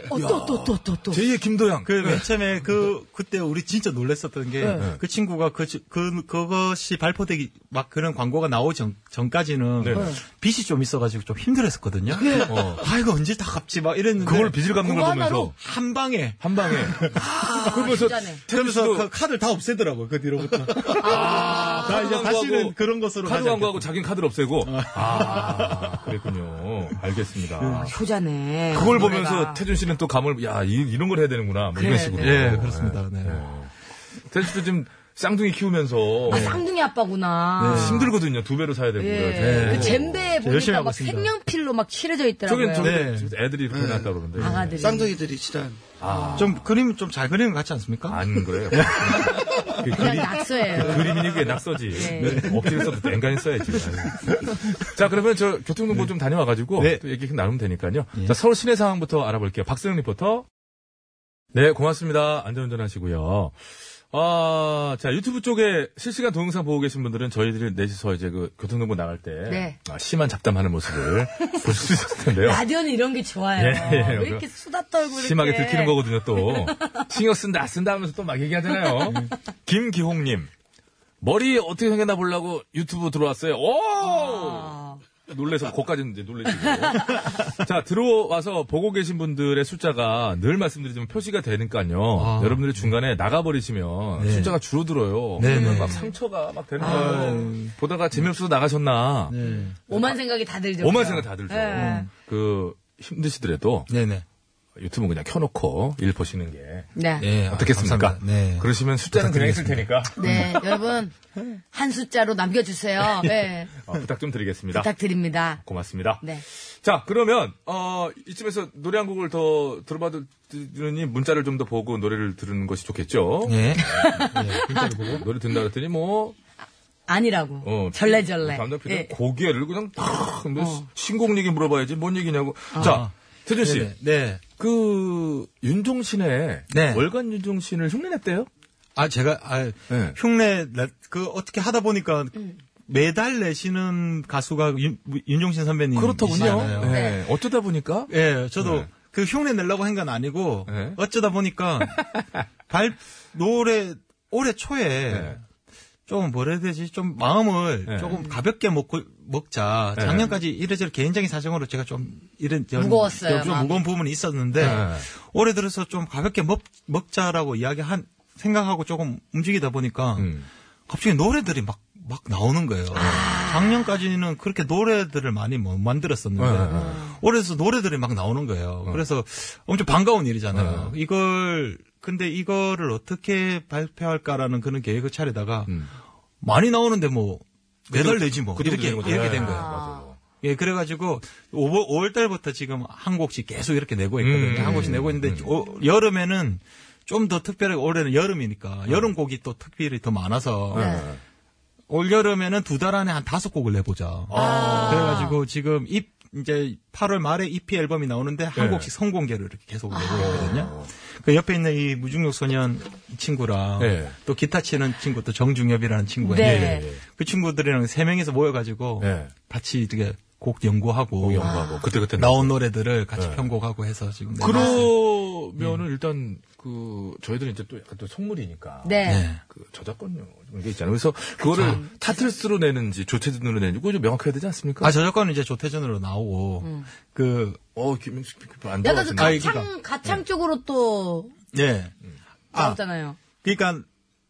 S5: 어또또또또또
S3: 제2의 김도영.
S10: 그 맨 처음에 그 그때 우리 진짜 놀랐었던 게 그
S3: 네.
S10: 친구가 그, 지- 그 그것이 발표되기 막 그런 광고가 나오기 전, 전까지는
S3: 네.
S10: 빚이 좀 있어가지고 좀 힘들었었거든요.
S3: 어.
S10: 아 이거 언제 다 갚지 막 이랬는데
S3: 그걸 빚을 갚는 걸
S10: 그거
S3: 보면서.
S10: 하나로 한 방에
S3: 한 방에.
S5: 아,
S3: 그러면서
S10: 그러면서 그 카드를 다 없애더라고 그 <laughs> 뒤로부터. 나
S3: 카드
S10: 이제
S3: 광고하고
S10: 다시는 그런 것으로
S3: 아, 카드
S10: 가지
S3: 광고하고 자기는 카드를 없애고 아 그랬군요.
S11: 네.
S3: 알겠습니다.
S5: 아, 효자네.
S3: 그걸
S5: 노래가.
S3: 보면서 태준 씨는 또 감을 야 이, 이런 걸 해야 되는구나 뭐 이런
S5: 그래,
S3: 식으로.
S10: 네. 예, 그렇습니다.
S3: 네. 태준 씨도 지금 쌍둥이 키우면서
S5: 아 쌍둥이 아빠구나.
S3: 네. 힘들거든요. 두 배로 사야 되고.
S5: 예.
S3: 그래가지고.
S5: 그 잼베에
S3: 열심히
S5: 보니까
S3: 하고
S5: 막
S3: 있습니다.
S5: 색연필로 막 칠해져 있더라고요.
S3: 저긴 저기
S10: 네.
S3: 애들이 이렇게 났다 그러는데.
S5: 예. 아가들이.
S11: 쌍둥이들이 칠한.
S10: 좀 그림 좀 잘 그리는 것 같지 않습니까?
S5: <laughs>
S3: 안 그래요. 그
S5: 그냥
S3: 그림-
S5: 낙서예요.
S3: 그 그림이니 그게 낙서지.
S5: 네.
S3: 억지로 써도 땡간히 써야지. 자, 그러면 저 교통정보 좀 다녀와가지고
S10: 네.
S3: 또 얘기 좀 나누면 되니까요. 자, 서울 시내 상황부터 알아볼게요. 박세영 리포터. 네, 고맙습니다. 안전운전 하시고요. 아, 자, 유튜브 쪽에 실시간 동영상 보고 계신 분들은 저희들이 넷이서 이제 그 교통정보 나갈 때
S5: 네.
S3: 아, 심한 잡담하는 모습을 <laughs> 보실 수 있었을 텐데요.
S5: 라디오는 이런 게 좋아요.
S3: 예, 예.
S5: 왜 이렇게 수다 떨고 이렇게.
S3: 심하게 들키는 거거든요,
S10: <laughs>
S3: 또. 신경 쓴다, 쓴다 하면서 또 막 얘기하잖아요.
S10: 아.
S3: 김기홍님. 머리 어떻게 생겼나 보려고 유튜브 들어왔어요. 오! 놀래서 거까지 이제 놀래시고. <laughs> 자, 들어와서 보고 계신 분들의 숫자가 늘 말씀드리지만 표시가 되니까요.
S10: 아.
S3: 여러분들이 중간에 나가버리시면
S10: 네.
S3: 숫자가 줄어들어요.
S10: 네,
S3: 그러면
S10: 네.
S3: 막 상처가 막 되는
S10: 아. 네.
S3: 거예요. 보다가 재미없어서 나가셨나.
S5: 오만 생각이 다 들죠.
S3: 오만
S5: 그죠?
S3: 생각 다 들죠.
S5: 네.
S3: 그, 힘드시더라도.
S10: 네,
S3: 유튜브 그냥 켜놓고 일 보시는 게.
S5: 네.
S10: 네, 아,
S3: 어떻겠습니까?
S10: 감사합니다. 네.
S3: 그러시면 숫자는 그냥 있을 테니까.
S5: 네, 여러분 한 숫자로 남겨주세요.
S3: <laughs>
S5: 네,
S3: 어, 부탁 좀 드리겠습니다.
S5: 부탁드립니다.
S3: 고맙습니다.
S5: 네.
S3: 자, 그러면, 어, 이쯤에서 노래 한 곡을 더 들어봐도 되느니 문자를 좀 더 보고 노래를 들은 것이 좋겠죠?
S10: 네.
S3: 문자를 보고. 노래 듣는다 그랬더니 뭐,
S5: 아니라고.
S3: 어,
S5: 절레절레.
S3: 담당 PD
S5: 예.
S3: 고개를 그냥 탁, 뭐 신곡 얘기 물어봐야지 뭔 얘기냐고. 자, 태준 씨.
S10: 아. 네네. 네.
S3: 그, 윤종신의 월간 윤종신을 흉내냈대요?
S10: 아, 제가, 아, 흉내, 내- 그, 어떻게 하다 보니까 매달 내시는 가수가 윤, 윤종신 선배님.
S3: 그렇더군요. 네. 어쩌다 보니까.
S10: 예, 저도
S3: 네.
S10: 그 흉내 내려고 한 건 아니고, 어쩌다
S3: <laughs>
S10: 보니까, 발, 노래, 올해 초에,
S3: 네.
S10: 좀 뭐라 해야 되지? 좀 마음을 조금 가볍게 먹고, 먹자.
S3: 네.
S10: 작년까지 이래저래 개인적인 사정으로 제가 좀, 이런, 저-
S5: 무거웠어요,
S10: 좀
S5: 마음이.
S10: 무거운 부분이 있었는데,
S3: 네.
S10: 올해 들어서 좀 가볍게 먹, 먹자라고 이야기한, 생각하고 조금 움직이다 보니까,
S3: 음.
S10: 갑자기 노래들이 막, 막 나오는 거예요.
S3: 아.
S10: 작년까지는 그렇게 노래들을 많이 못 만들었었는데,
S3: 네,
S10: 올해서 노래들이 막 나오는 거예요.
S3: 어.
S10: 그래서 엄청 반가운 일이잖아요. 이걸, 근데 이거를 어떻게 발표할까라는 그런 계획을 차리다가, 많이 나오는데 뭐,
S3: 음.
S10: 매달
S3: 그대로-
S10: 내지 뭐.
S3: 그대로
S10: 이렇게,
S3: 되는 거죠.
S10: 이렇게 된
S3: 예,
S10: 거예요.
S3: 맞아요.
S10: 예, 그래가지고 5월, 5월 달부터 지금 한 곡씩 계속 이렇게 내고 있거든요.
S3: 음,
S10: 한 곡씩
S3: 음,
S10: 내고 있는데 오- 여름에는 좀 더 특별하게 올해는 여름이니까 여름 곡이 또 특별히 더 많아서
S3: 음. 네.
S10: 올 여름에는 두 달 안에 한 다섯 곡을 내보자.
S3: 아.
S10: 그래가지고 지금 입 이제 8월 말에 EP 앨범이 나오는데 한
S3: 네. 아.
S10: 곡씩 선공개로 이렇게 계속 내고 있거든요. 그 옆에 있는 이 무중력 소년 이 친구랑
S3: 네.
S10: 또 기타 치는 친구 또 정중엽이라는 친구가
S3: 네.
S10: 있는데 그 친구들이랑 세 명이서 모여가지고 같이 이렇게 곡 연구하고, 네.
S3: 연구하고 그때그때
S10: 아. 나온 노래들을 같이 편곡하고 해서 지금 네. 내고 있어요.
S3: 그러면은 일단 그 저희들은 이제 또 약간 또 속물이니까
S10: 네. 네.
S3: 그 저작권료 이런 게 있잖아요. 그래서 그거를 타틀스로 내는지 조체준으로 내는지 그거 좀 명확해야 되지 않습니까?
S10: 아 저작권은 이제 조태준으로 나오고
S3: 그어 김민식 안
S5: 약간 그
S3: 들어가시네.
S5: 가창 가창 쪽으로 또
S10: 예. 아,
S5: 나왔잖아요.
S10: 그러니까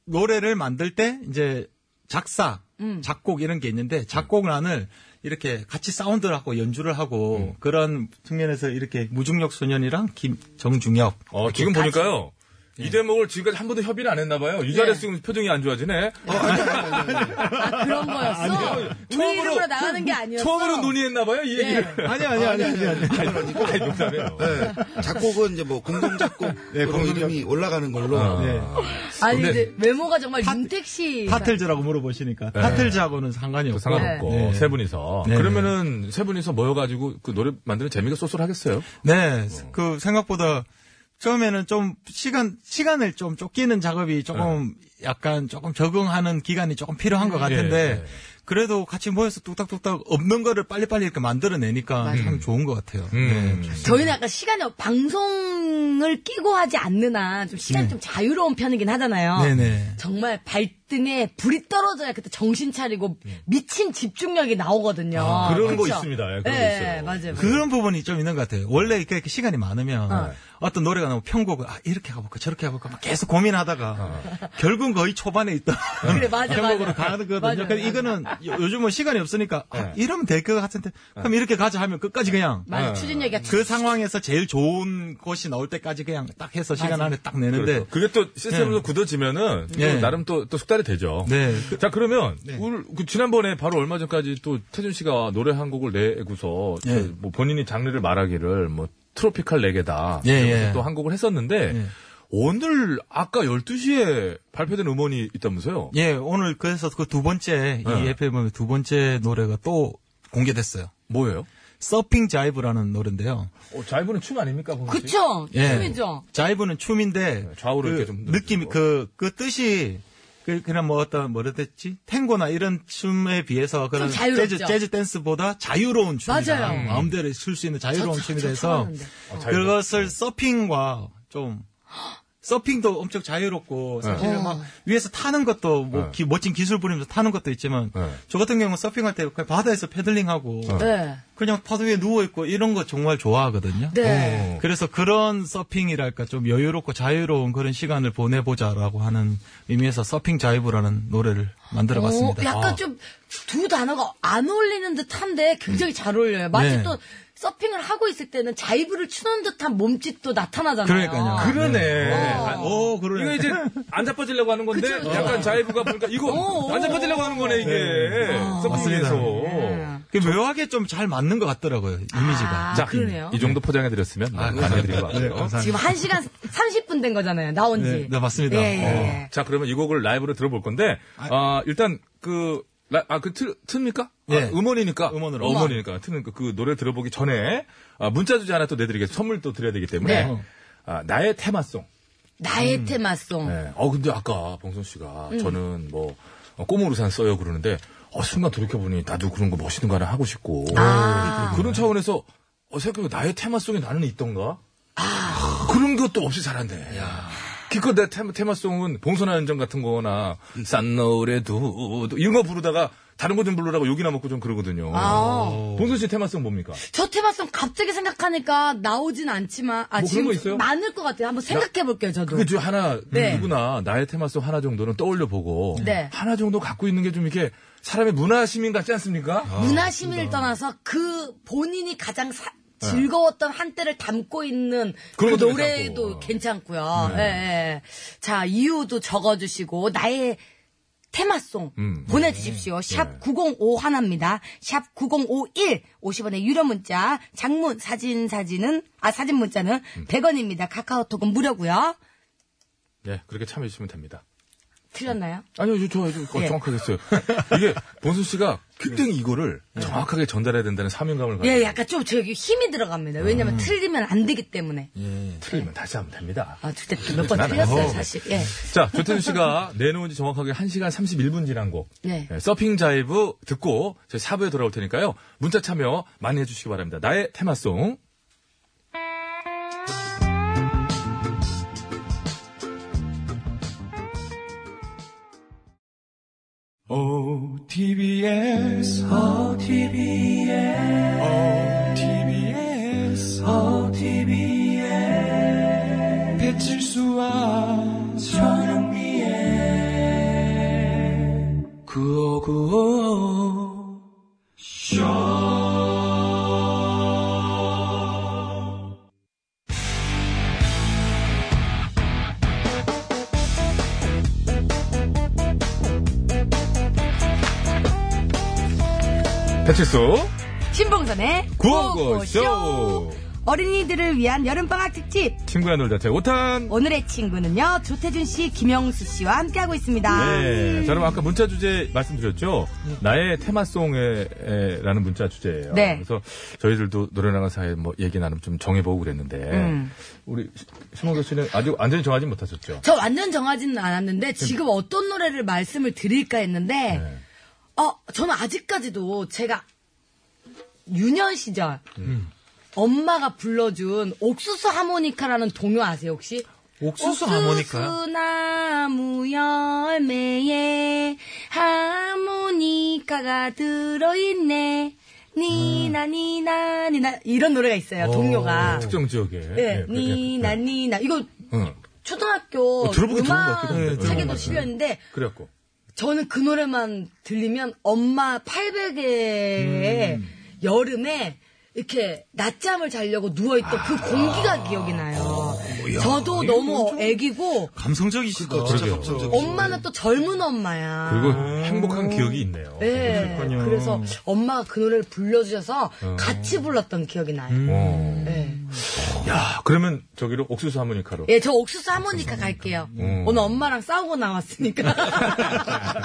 S10: 노래를 만들 때 이제 작사, 작곡 이런 게 있는데 작곡란을 이렇게 같이 사운드를 하고 연주를 하고 그런 측면에서 이렇게 무중력 소년이랑 김 정중혁
S3: 어, 지금 보니까요. 이 대목을 지금까지 한 번도 협의를 안 했나 봐요. 이 자리에서 지금 표정이 안 좋아지네.
S5: 아, 그런 거였어. 우리 이름으로 나가는 게 아니었어.
S3: 처음으로 논의했나 봐요, 이 얘기를.
S10: 아니 아니 아니 아니 아니.
S3: 아니, 농담이에요.
S11: 작곡은 이제 뭐 공동 작곡 그런 이름이 올라가는 걸로.
S5: 아니
S3: 네.
S10: 근데-
S5: 근데 외모가 정말 윤택 씨.
S10: 타틀즈라고 물어보시니까 타틀즈하고는 네. 상관이 없고
S3: 상관없고
S10: 네.
S3: 세 분이서
S10: 네.
S3: 그러면은 세 분이서 모여가지고 그 노래 만드는 재미가 쏠쏠하겠어요.
S10: 네, 그 생각보다 처음에는 좀 시간 시간을 좀 쫓기는 작업이 조금 약간 조금 적응하는 기간이 조금 필요한 것 같은데
S3: 네. 예, 예.
S10: 그래도 같이 모여서 뚝딱뚝딱 없는 거를 빨리빨리 이렇게 만들어내니까 참 좋은 것 같아요.
S3: 음.
S10: 네.
S5: 저희는 약간 시간이 없- 방송을 끼고 하지 않는 한 좀 시간 이좀 자유로운 편이긴 하잖아요.
S10: 네. 네네.
S5: 정말 발등에 불이 떨어져야 그때 정신 차리고 미친 집중력이 나오거든요.
S10: 아, 그런 거
S5: 그쵸?
S10: 있습니다. 예, 그런 거
S5: 예,
S10: 있어요.
S5: 맞아요.
S10: 그런 부분이 좀 있는 것 같아요. 원래 이렇게, 이렇게 시간이 많으면
S5: 어.
S10: 어. 떤 노래가 나오면 편곡을 아, 이렇게 해볼까 저렇게 해볼까 막 계속 고민하다가
S3: 어.
S10: 결국은 거의 초반에 있던
S3: 네.
S5: 그래, 맞아,
S10: 편곡으로
S5: 맞아.
S10: 가거든요.
S5: 맞아,
S10: 근데
S5: 맞아.
S10: 이거는 요- 요즘은 시간이 없으니까
S3: 네.
S10: 아, 이러면 될 것 같은데 그럼 이렇게 가자 하면 끝까지 그냥
S5: 맞아, 네. 추진력이
S10: 그 상황에서 제일 좋은 것이 나올 때까지 그냥 딱 해서 시간
S3: 맞아.
S10: 안에 딱 내는데
S3: 그렇죠. 그게 또 시스템으로
S10: 네.
S3: 굳어지면은 또
S10: 네.
S3: 나름 또, 또 숙달이 되죠.
S10: 네.
S3: 자 그러면 오늘 그 지난번에 바로 얼마 전까지 또 태준 씨가 노래 한 곡을 내고서
S10: 네.
S3: 그뭐 본인이 장르를 말하기를 뭐 트로피칼 네 개다
S10: 예, 예.
S3: 또 한 곡을 했었는데 오늘 아까 12시에 발표된 음원이 있다면서요?
S10: 예 오늘 그래서 그 두 번째
S3: 네.
S10: 이 FM의 두 번째 노래가 또 공개됐어요.
S3: 뭐예요?
S10: 서핑 자이브라는 노래인데요.
S3: 어, 자이브는 춤 아닙니까? 보면
S5: 그쵸?
S10: 예.
S5: 춤이죠?
S10: 자이브는 춤인데
S3: 네, 좌우로
S10: 그
S3: 이렇게 좀
S10: 느낌이 그그 뜻이 그, 그냥 뭐 어떤 뭐라 했지 탱고나 이런 춤에 비해서 그런
S5: 좀 자유롭죠.
S10: 재즈 재즈 댄스보다 자유로운 춤이다
S5: 맞아요.
S10: 마음대로 출 수 있는
S5: 저,
S10: 자유로운
S5: 저,
S10: 춤이
S5: 저
S10: 돼서
S3: 네.
S5: 좋아하는데.
S3: 어, 자유롭죠.
S10: 그것을 서핑과 좀 서핑도 엄청 자유롭고 사실
S12: 네.
S5: 어.
S10: 막 위에서 타는 것도
S3: 네.
S10: 뭐 기- 멋진 기술 부리면서 타는 것도 있지만 저 같은 경우는 서핑할 때 그냥 바다에서 패들링하고
S5: 네.
S10: 그냥 파도 위에 누워 있고 이런 거 정말 좋아하거든요.
S5: 네.
S10: 오. 그래서 그런 서핑이랄까 좀 여유롭고 자유로운 그런 시간을 보내보자라고 하는 의미에서 서핑 자이브라는 노래를 만들어봤습니다. 아.
S5: 오,
S3: 아.
S5: 약간 좀 두 단어가 안 어울리는 듯한데 굉장히 잘 어울려요. 마치
S10: 네.
S5: 또 서핑을 하고 있을 때는 자이브를 추는 듯한 몸짓도 나타나잖아요.
S3: 그러네.
S5: 어.
S3: 아,
S10: 오, 그러네.
S5: <laughs>
S3: 이거 이제 안 자빠지려고 하는 건데
S5: 그쵸, 어, 그쵸.
S3: 약간 자이브가 보니까 이거
S5: 오,
S3: 안 자빠지려고 하는 거네 이게.
S5: 아,
S3: 서핑에서.
S10: 그게 묘하게 좀 잘 맞는 것 같더라고요 이미지가.
S5: 네. 아, 그러네요.
S3: 이 정도 포장해드렸으면 안 해드린 것
S10: 네,
S3: 같아요.
S10: 감사합니다.
S5: 지금 1시간 30분 된 거잖아요. 나온 지.
S3: 네,
S10: 네, 맞습니다.
S5: 예, 예.
S3: 어. 자, 그러면 이 곡을 라이브로 들어볼 건데, 아, 일단 그, 라- 아, 그 틀, 틉니까? 아,
S10: 예.
S3: 음원이니까. 어, 음원으로.
S10: 음원.
S3: 음원이니까. 트니까 그 노래 들어보기 전에, 아, 문자 주제 하나 또 내드리겠습니다. 선물 또 드려야 되기 때문에.
S10: 어.
S5: 네.
S3: 아, 나의 테마송.
S5: 나의
S10: 음.
S5: 테마송.
S3: 네. 어, 근데 아까 봉선 씨가
S5: 음.
S3: 저는 뭐, 어, 꼬모르산 써요 그러는데, 어, 순간 돌이켜보니 나도 그런 거 멋있는 거 하나 하고 싶고.
S5: 아,
S3: 그런 차원에서, 어, 생각해보면 나의 테마송이 나는 있던가? 그런 것도 없이 잘한대. 기껏 내 테마, 테마송은 봉선화 연정 같은 거나, 싼 노래도, 이런 거 부르다가 다른 거 좀 부르라고 욕이나 먹고 좀 그러거든요.
S5: 아.
S3: 봉선 씨 테마송 뭡니까?
S5: 저 테마송 갑자기 생각하니까 나오진 않지만 아
S3: 뭐 그런
S5: 지금
S3: 거 있어요?
S5: 많을 것 같아요. 한번 생각해 볼게요, 저도.
S3: 그게 좀 하나
S5: 네.
S3: 누구나 나의 테마송 하나 정도는 떠올려 보고
S5: 네.
S3: 하나 정도 갖고 있는 게 좀 이게 사람의 문화 시민 같지 않습니까?
S5: 문화 시민을 떠나서 그 본인이 가장 사- 즐거웠던 한때를 담고 있는 그
S3: 네. 그런 것도
S5: 노래도 괜찮고요. 예,
S3: 네.
S5: 예. 자 이유도 적어주시고 나의 테마송
S3: 음.
S5: 보내주십시오. 샵 905 하나입니다. 샵 9051 50원의 유료 문자 장문 사진 사진은 아 사진 문자는
S3: 음.
S5: 100원입니다. 카카오톡은 무료고요.
S3: 예, 그렇게 참여해 주시면 됩니다.
S5: 틀렸나요?
S3: 아니요, 저, 저, 어,
S5: 예. 네.
S3: 정확하겠어요. 이게 본수 씨가 굉장히 이거를 정확하게 전달해야 된다는 사명감을 가지고
S5: 예, 약간 좀 저기 힘이 들어갑니다. 왜냐면
S3: 네. 음.
S5: 틀리면 안 되기 때문에.
S3: 예, 틀리면 다시 하면 됩니다.
S5: 아, 진짜 몇번 틀렸어요, 사실. 예.
S3: 자, 조태준 씨가 내놓은 지 정확하게 1시간 31분 지난 곡.
S5: 네.
S3: 예, 서핑 자이브 듣고 저희 사부에 돌아올 테니까요. 문자 참여 많이 해주시기 바랍니다. 나의 테마송.
S12: O TBS, O TBS, O TBS, O TBS. 배칠수와 전영미의 구호구호 쇼.
S3: 배칠수.
S8: 신봉선의
S3: 구호구쇼.
S8: 어린이들을 위한 여름방학 특집.
S3: 친구야 놀자 제 5탄.
S8: 오늘의 친구는요, 조태준 씨, 김영수 씨와 함께하고 있습니다.
S3: 네. 자, 여러분, 아까 문자 주제 말씀드렸죠?
S5: 네.
S3: 나의 테마송에라는 문자 주제예요.
S8: 네.
S3: 그래서 저희들도 노래 나간 사이에 뭐 얘기 나름 좀 정해보고 그랬는데,
S5: 음.
S3: 우리 심원교 씨는 아직 완전히 정하지 못하셨죠?
S5: 저 완전 정하지는
S10: 음.
S5: 않았는데 지금 어떤 노래를 말씀을 드릴까 했는데
S10: 네.
S5: 어 저는 아직까지도 제가 유년 시절
S10: 음.
S5: 엄마가 불러준 옥수수 하모니카라는 동요 아세요 혹시?
S10: 옥수수 하모니카요?
S5: 나무 열매에 하모니카가 들어있네.
S10: 음.
S5: 니나 니나 니나 이런 노래가 있어요 동요가.
S3: 특정 지역에.
S5: 네, 니나 니나 이거
S3: 응.
S5: 초등학교
S3: 어, 들어보긴 들은 것
S5: 음악
S3: 같기도 한데.
S5: 책에도
S3: 네,
S5: 실렸는데
S3: 그래갖고.
S5: 저는 그 노래만 들리면 엄마 800에
S3: 음.
S5: 여름에 이렇게 낮잠을 자려고 누워있던 그
S3: 아.
S5: 공기가 기억이 나요. 저도 너무 애기고
S10: 감성적이시다.
S3: 그러게요.
S5: 엄마는 또 젊은 엄마야.
S3: 그리고 행복한 기억이 있네요.
S5: 음. 네,
S3: 그렇군요.
S5: 그래서 엄마가 그 노래를 불러주셔서
S3: 어.
S5: 같이 불렀던 기억이 나요.
S3: 어.
S5: 네.
S3: 야, 그러면 저기로 옥수수 하모니카로.
S5: 예, 저 옥수수 하모니카 갈게요.
S3: 음. 어?
S5: 오늘 엄마랑 싸우고 나왔으니까.
S3: <laughs>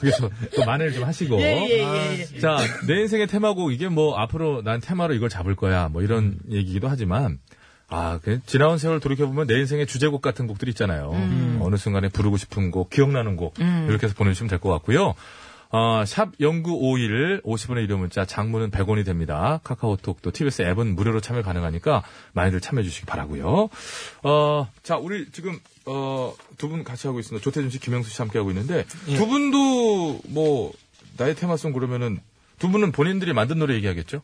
S3: 그래서 또 만회를 좀
S5: <laughs>
S3: 하시고.
S5: 예, 예,
S3: 아.
S5: 예, 예.
S3: 자, 내 인생의 테마곡, 이게 뭐, 앞으로 난 테마로 이걸 잡을 거야, 뭐, 이런 얘기기도 하지만, 아, 그, 지나온 세월 돌이켜보면 내 인생의 주제곡 같은 곡들이 있잖아요. 어느 순간에 부르고 싶은 곡, 기억나는 곡,
S12: 음.
S3: 이렇게 해서 보내주시면 될 것 같고요. 어, 샵 0951, 50원의 유료 문자, 장문은 100원이 됩니다. 카카오톡 또 TBS 앱은 무료로 참여 가능하니까 많이들 참여해 주시기 바라고요 어, 자, 우리 지금, 어, 두 분 같이 하고 있습니다. 조태준 씨, 김영수 씨 함께 하고 있는데,
S11: 예.
S3: 두 분도 뭐, 나의 테마송 그러면은, 두 분은 본인들이 만든 노래 얘기하겠죠?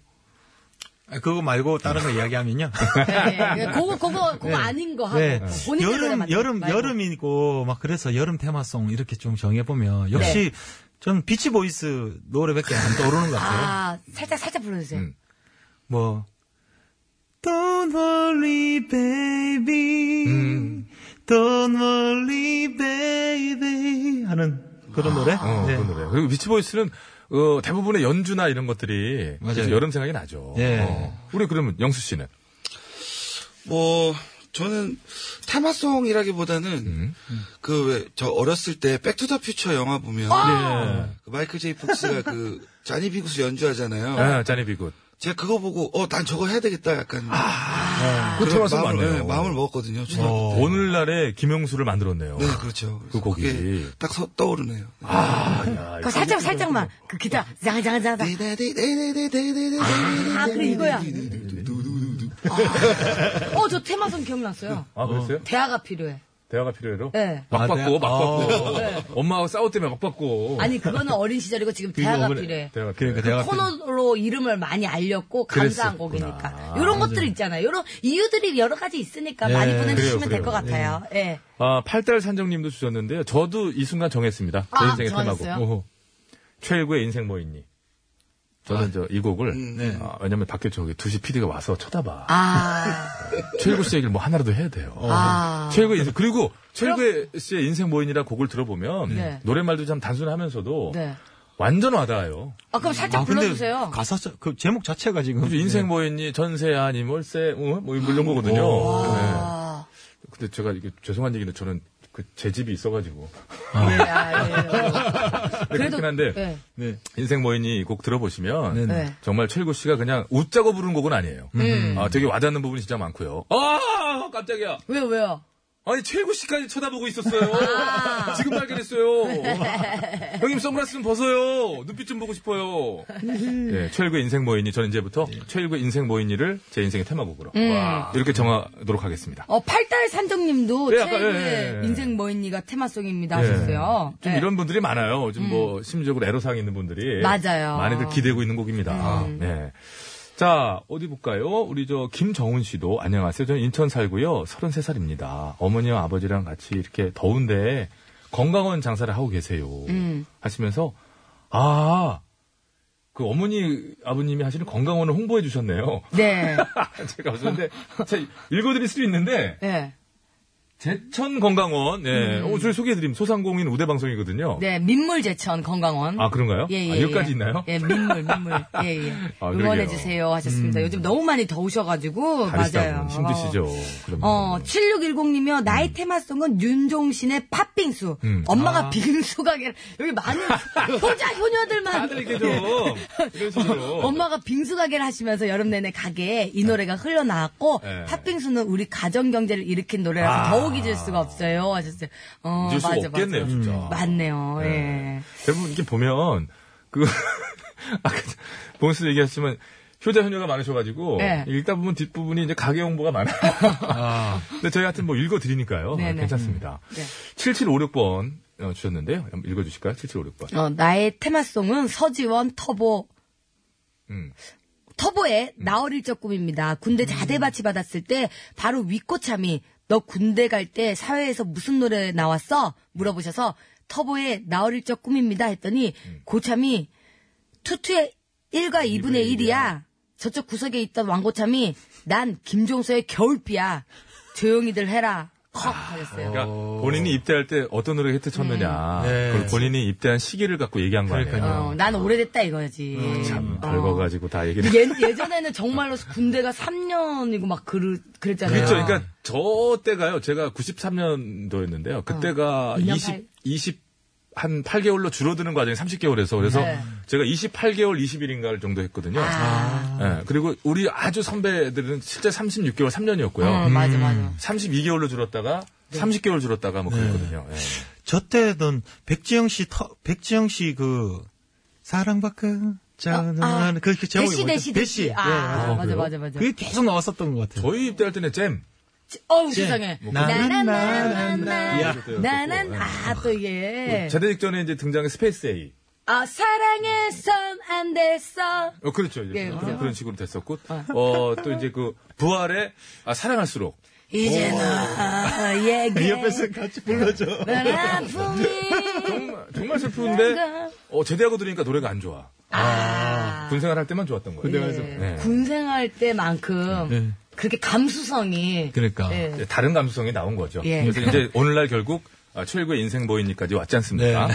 S10: 아, 그거 말고 다른 거 이야기하면요.
S5: 네, 그거 그거 그거 아닌 거 하고
S10: 네.
S5: 본인 노래
S10: 여름
S5: 만들-
S10: 여름
S5: 말고.
S10: 여름이고 막 그래서 여름 테마송 이렇게 좀 정해 보면 역시
S5: 네.
S10: 저는 비치 보이스 노래밖에 안 떠오르는 것 같아요.
S5: 아 살짝 살짝 불러주세요.
S3: 음.
S10: 뭐
S12: Don't worry, baby. Don't worry, baby.
S10: 하는 그런 노래.
S11: 아,
S3: 어,
S10: 네.
S3: 그런 노래. 그리고 비치보이스는, 어, 대부분의 연주나 이런 것들이, 그래서 여름 생각이 나죠.
S10: 예.
S3: 어. 우리 그러면 영수 씨는?
S11: 뭐 저는 테마송이라기보다는 그 왜 저 어렸을 때 백투더퓨처 영화 보면
S3: 아!
S11: 그 마이클 제이 폭스가 그 자니 비구스 연주하잖아요.
S3: 아, 짜니 비굿.
S11: 제가 그거 보고 어 난 저거 해야 되겠다 약간
S3: 그
S11: 그런
S3: 테마송
S11: 마음을,
S3: 맞네요.
S11: 네, 마음을 먹었거든요.
S3: 어,
S11: 초등학교 때.
S3: 오늘날의 김영수를 만들었네요.
S11: 네, 그렇죠.
S3: 그 곡이.
S11: 딱 서- 떠오르네요.
S5: 그거 살짝 살짝만 그 기타 장장장 장. 아 그래 이거야. 어 저 테마송 기억났어요.
S3: 아, 그랬어요?
S5: 대화가 필요해.
S3: 대화가 필요해로?
S5: 네.
S3: 막
S5: 아,
S3: 받고,
S5: 대화-
S3: 막 받고. <laughs>
S5: 아. 네.
S3: 엄마하고 싸우 때문에 막 받고.
S5: 아니 그거는 어린 시절이고 지금 대화가 필요해.
S3: 대화가 필요해. 대화가
S5: 코너로 이름을 많이 알렸고 감사한
S3: 그랬었구나.
S5: 곡이니까
S3: 아,
S5: 이런
S3: 맞아요.
S5: 것들 있잖아요. 이런 이유들이 여러 가지 있으니까 많이
S3: 예,
S5: 보내주시면
S3: 그래요,
S5: 될 것
S3: 그래요.
S5: 같아요. 예.
S3: 아, 팔달 산정님도 주셨는데요. 저도 이 순간 정했습니다. 제
S5: 아,
S3: 인생의 테마곡.
S5: 정했어요?
S3: 오호. 최고의 인생 뭐 있니? 저는 저 이 곡을 아, 왜냐면 밖에 저기 2시 PD가 와서 쳐다봐.
S5: 아.
S3: 최일구 씨 얘기를 뭐 하나라도 해야 돼요.
S12: 아.
S3: 최일구 인생 그리고 최일구 씨의 인생 모인이라 곡을 들어보면
S5: 네.
S3: 노랫말도 참 단순하면서도
S5: 네.
S3: 완전 와닿아요.
S5: 아 그럼 살짝 불러주세요.
S3: 가사 그 제목 자체가 지금 인생 뭐였니 전세 아니 월세 어? 뭐 이런 거거든요. 네. 근데 제가 이게 죄송한 얘기는 저는 그 제 집이 있어가지고
S5: 아, 예.
S3: 네, 그렇긴 한데
S12: 네.
S3: 인생 뭐였니 이 곡 들어보시면
S12: 네네. 네.
S3: 정말 최일구 씨가 그냥 웃자고 부른 곡은 아니에요.
S12: 음.
S3: 아, 되게 와닿는 부분이 진짜 많고요. 아 깜짝이야.
S5: 왜 왜요?
S3: 아니 최일구 씨까지 쳐다보고 있었어요. 지금 발견했어요. 형님 선글라스 좀 벗어요. 눈빛 좀 보고 싶어요. 네, 최일구의 인생 모인이 저는 이제부터 최일구의 인생 모인이를 제 인생의 테마곡으로
S5: 음.
S3: 와, 이렇게 정하도록 하겠습니다.
S5: 어 팔달 산정님도
S3: 네, 아까,
S5: 최고의
S3: 예, 예, 예.
S5: 인생 뭐인니가 테마송입니다
S3: 예.
S5: 하셨어요.
S3: 좀
S5: 예. 음.
S3: 이런 분들이 많아요. 요즘 뭐 심리적으로 애로사항 있는 분들이
S5: 맞아요. 음.
S3: 많이들 기대고 있는 곡입니다. 네. 자, 어디 볼까요? 우리 저 김정훈 씨도 안녕하세요. 저는 인천 살고요. 33살입니다. 어머니와 아버지랑 같이 이렇게 더운데 건강원 장사를 하고 계세요.
S12: 음.
S3: 하시면서 아, 그 어머니 아버님이 하시는 건강원을 홍보해 주셨네요. <laughs>
S5: 네.
S3: 제가 없었는데 제가 읽어드릴 수도 있는데
S5: 네.
S3: 제천 건강원 예,
S5: 음.
S3: 어, 저희 소개해드림 소상공인 우대 방송이거든요.
S5: 네, 민물제천 건강원.
S3: 아, 그런가요?
S5: 예, 예.
S3: 아, 여기까지 있나요?
S5: 예, 민물, 민물. 예, 예.
S3: 아, 그러게요.
S5: 응원해주세요 하셨습니다.
S3: 음.
S5: 요즘 너무 많이 더우셔가지고. 뭐
S3: 다리
S5: 맞아요.
S3: 싸움 힘드시죠. 네. 그럼
S5: 어, 7610님이요. 나의 테마송은 윤종신의 팥빙수.
S3: 음.
S5: 엄마가
S3: 아.
S5: 빙수 가게를, 여기
S3: <laughs>
S5: 많은, 혼자 효녀들만.
S3: 다들 이렇게 좀 이런 식으로
S5: <laughs> 엄마가 빙수 가게를 하시면서 여름 내내 가게에 이 노래가 흘러나왔고
S3: 네.
S5: 팥빙수는 우리 가정 경제를 일으킨 노래라서
S3: 아.
S5: 더욱 잊을 수가 없어요 하셨어요. 어,
S3: 잊을 수가 없겠네요,
S5: 맞아.
S3: 진짜.
S5: 음. 맞네요. 예.
S3: 대부분 이렇게 보면 그 <laughs> 아까 본스 얘기하시면 효자 효녀가 많으셔가지고
S5: 네.
S3: 읽다 보면 뒷부분이 이제 가게
S5: <laughs>
S3: 홍보가 많아요. 근데 저희 하여튼 뭐 읽어드리니까요.
S5: 네네.
S3: 괜찮습니다.
S5: 네.
S3: 7756번 어, 주셨는데요. 한번 읽어주실까요? 7756번.
S5: 어, 나의 테마송은 서지원 터보
S3: 음.
S5: 터보의 나 어릴 적 꿈입니다. 군대
S3: 음.
S5: 자대바치 받았을 때 바로 윗꼬참이 너 군대 갈 때 사회에서 무슨 노래 나왔어? 물어보셔서 터보의 나 어릴 적 꿈입니다 했더니
S3: 음.
S5: 고참이 투투의 1과 2분의 1이야. 저쪽 구석에 있던 왕고참이 난 김종서의 겨울비야. 조용히들 해라. 컵 하셨어요.
S3: 그러니까 본인이 입대할 때 어떤 노래 히트 쳤느냐. 그걸 본인이 입대한 시기를 갖고 얘기한 거 아니에요.
S5: 어, 난 오래됐다 이거지.
S3: 음,
S5: 어.
S3: 참 별거 가지고 다 얘기를.
S5: 예, 예전에는 정말로 군대가 3년이고 막 그르, 그랬잖아요.
S3: 그렇죠. 그러니까 저 때가요. 제가 93년도였는데요. 그때가
S5: 어.
S3: 20
S5: 28
S3: 20 한 8개월로 줄어드는 과정이 30개월에서 그래서
S5: 네.
S3: 제가 28개월 20일인가를 정도 했거든요.
S5: 아.
S10: 아,
S3: 예, 그리고 우리 아주 선배들은 실제 36개월 3년이었고요.
S10: 어, 맞아, 맞아.
S3: 음. 32개월 로 줄었다가 네. 30개월 줄었다가 뭐 그랬거든요. 예.
S10: 저 때는 백지영 씨, 터, 백지영 씨 그 사랑받고 저는
S5: 아,
S10: 그, 그 제목이
S5: 대시,
S10: 뭐죠?
S5: 대시, 대시.
S10: 대시.
S5: 아,
S10: 예,
S5: 맞아, 맞아,
S10: 그래요?
S5: 맞아, 맞아.
S10: 그게 계속 나왔었던 것 같아요.
S3: 저희 입대할 때는 잼. 예.
S5: 어우
S10: 잼.
S5: 세상에.
S10: 뭐
S5: 나나나나나.
S3: 야.
S5: 나는 아또 이게.
S3: 예. 뭐 제대 직전에 이제 등장한 스페이스 A.
S5: 아 사랑해선 안 됐어.
S3: 어, 그렇죠. 이제
S5: 예,
S3: 그런-
S5: 그죠.
S3: 그런 식으로 됐었고. 어, 또 이제 그 부활에 아, 사랑할수록.
S5: 이제 나 얘기.
S3: 옆에서 같이 불러줘.
S5: 난 아픔이.
S3: 정말 슬픈데, 어, 제대하고 들으니까 노래가 안 <laughs> 좋아.
S10: 아.
S3: 군생활 할 때만 좋았던 거예요.
S5: 군생활
S3: 예. 네.
S5: 군생활 때만큼 그렇게 감수성이.
S3: 그-
S5: 예.
S3: 이제 다른 감수성이 나온 거죠.
S5: 예.
S3: 그래서 이제 오늘날 결국 아, 최일구의 인생 보이니까지 왔지 않습니까?
S10: 네.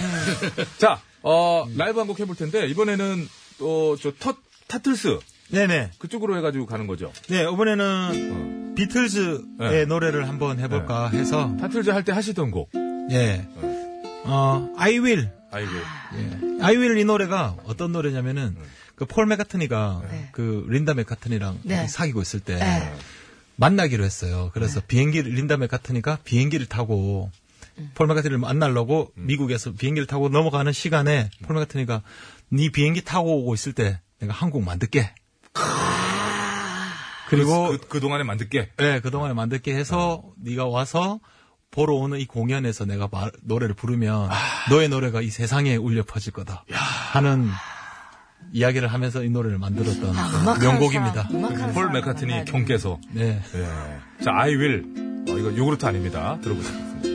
S3: <laughs> 자, 어, 라이브 한 곡 해볼 텐데, 이번에는 또, 저, 터, 타틀스.
S10: 네네.
S3: 그쪽으로 해가지고 가는 거죠.
S10: 네, 이번에는 비틀즈의
S3: 예.
S10: 노래를 한번 해볼까 해서.
S3: 타틀즈 할 때 하시던 곡.
S10: 예. 어, I will.
S3: I will.
S10: 예. I will 이 노래가 어떤 노래냐면은, 그 폴 맥카트니가 그 린다 맥카트니랑
S12: 네.
S10: 사귀고 있을
S5: 예.
S10: 때
S12: 네.
S10: 만나기로 했어요. 그래서 비행기를, 린다 맥카트니가 비행기를 타고
S12: 음.
S10: 폴 맥카트니를 만나려고 미국에서 비행기를 타고 넘어가는 시간에 폴 맥카트니가 네 비행기 타고 오고 있을 때 내가 한국 만들게.
S12: 아.
S10: 그리고
S3: 그, 그 동안에 만들게.
S10: 네, 그동안에 만들게 해서 네가 와서 보러 오는 이 공연에서 내가 말- 노래를 부르면 너의 노래가 이 세상에 울려 퍼질 거다 하는 이야기를 하면서 이 노래를 만들었던
S5: 아,
S10: 명곡입니다.
S3: 폴 맥카트니 경께서.
S10: 네.
S3: 예. 자, I will. 어, 이거 요구르트 아닙니다. 들어보시겠습니다.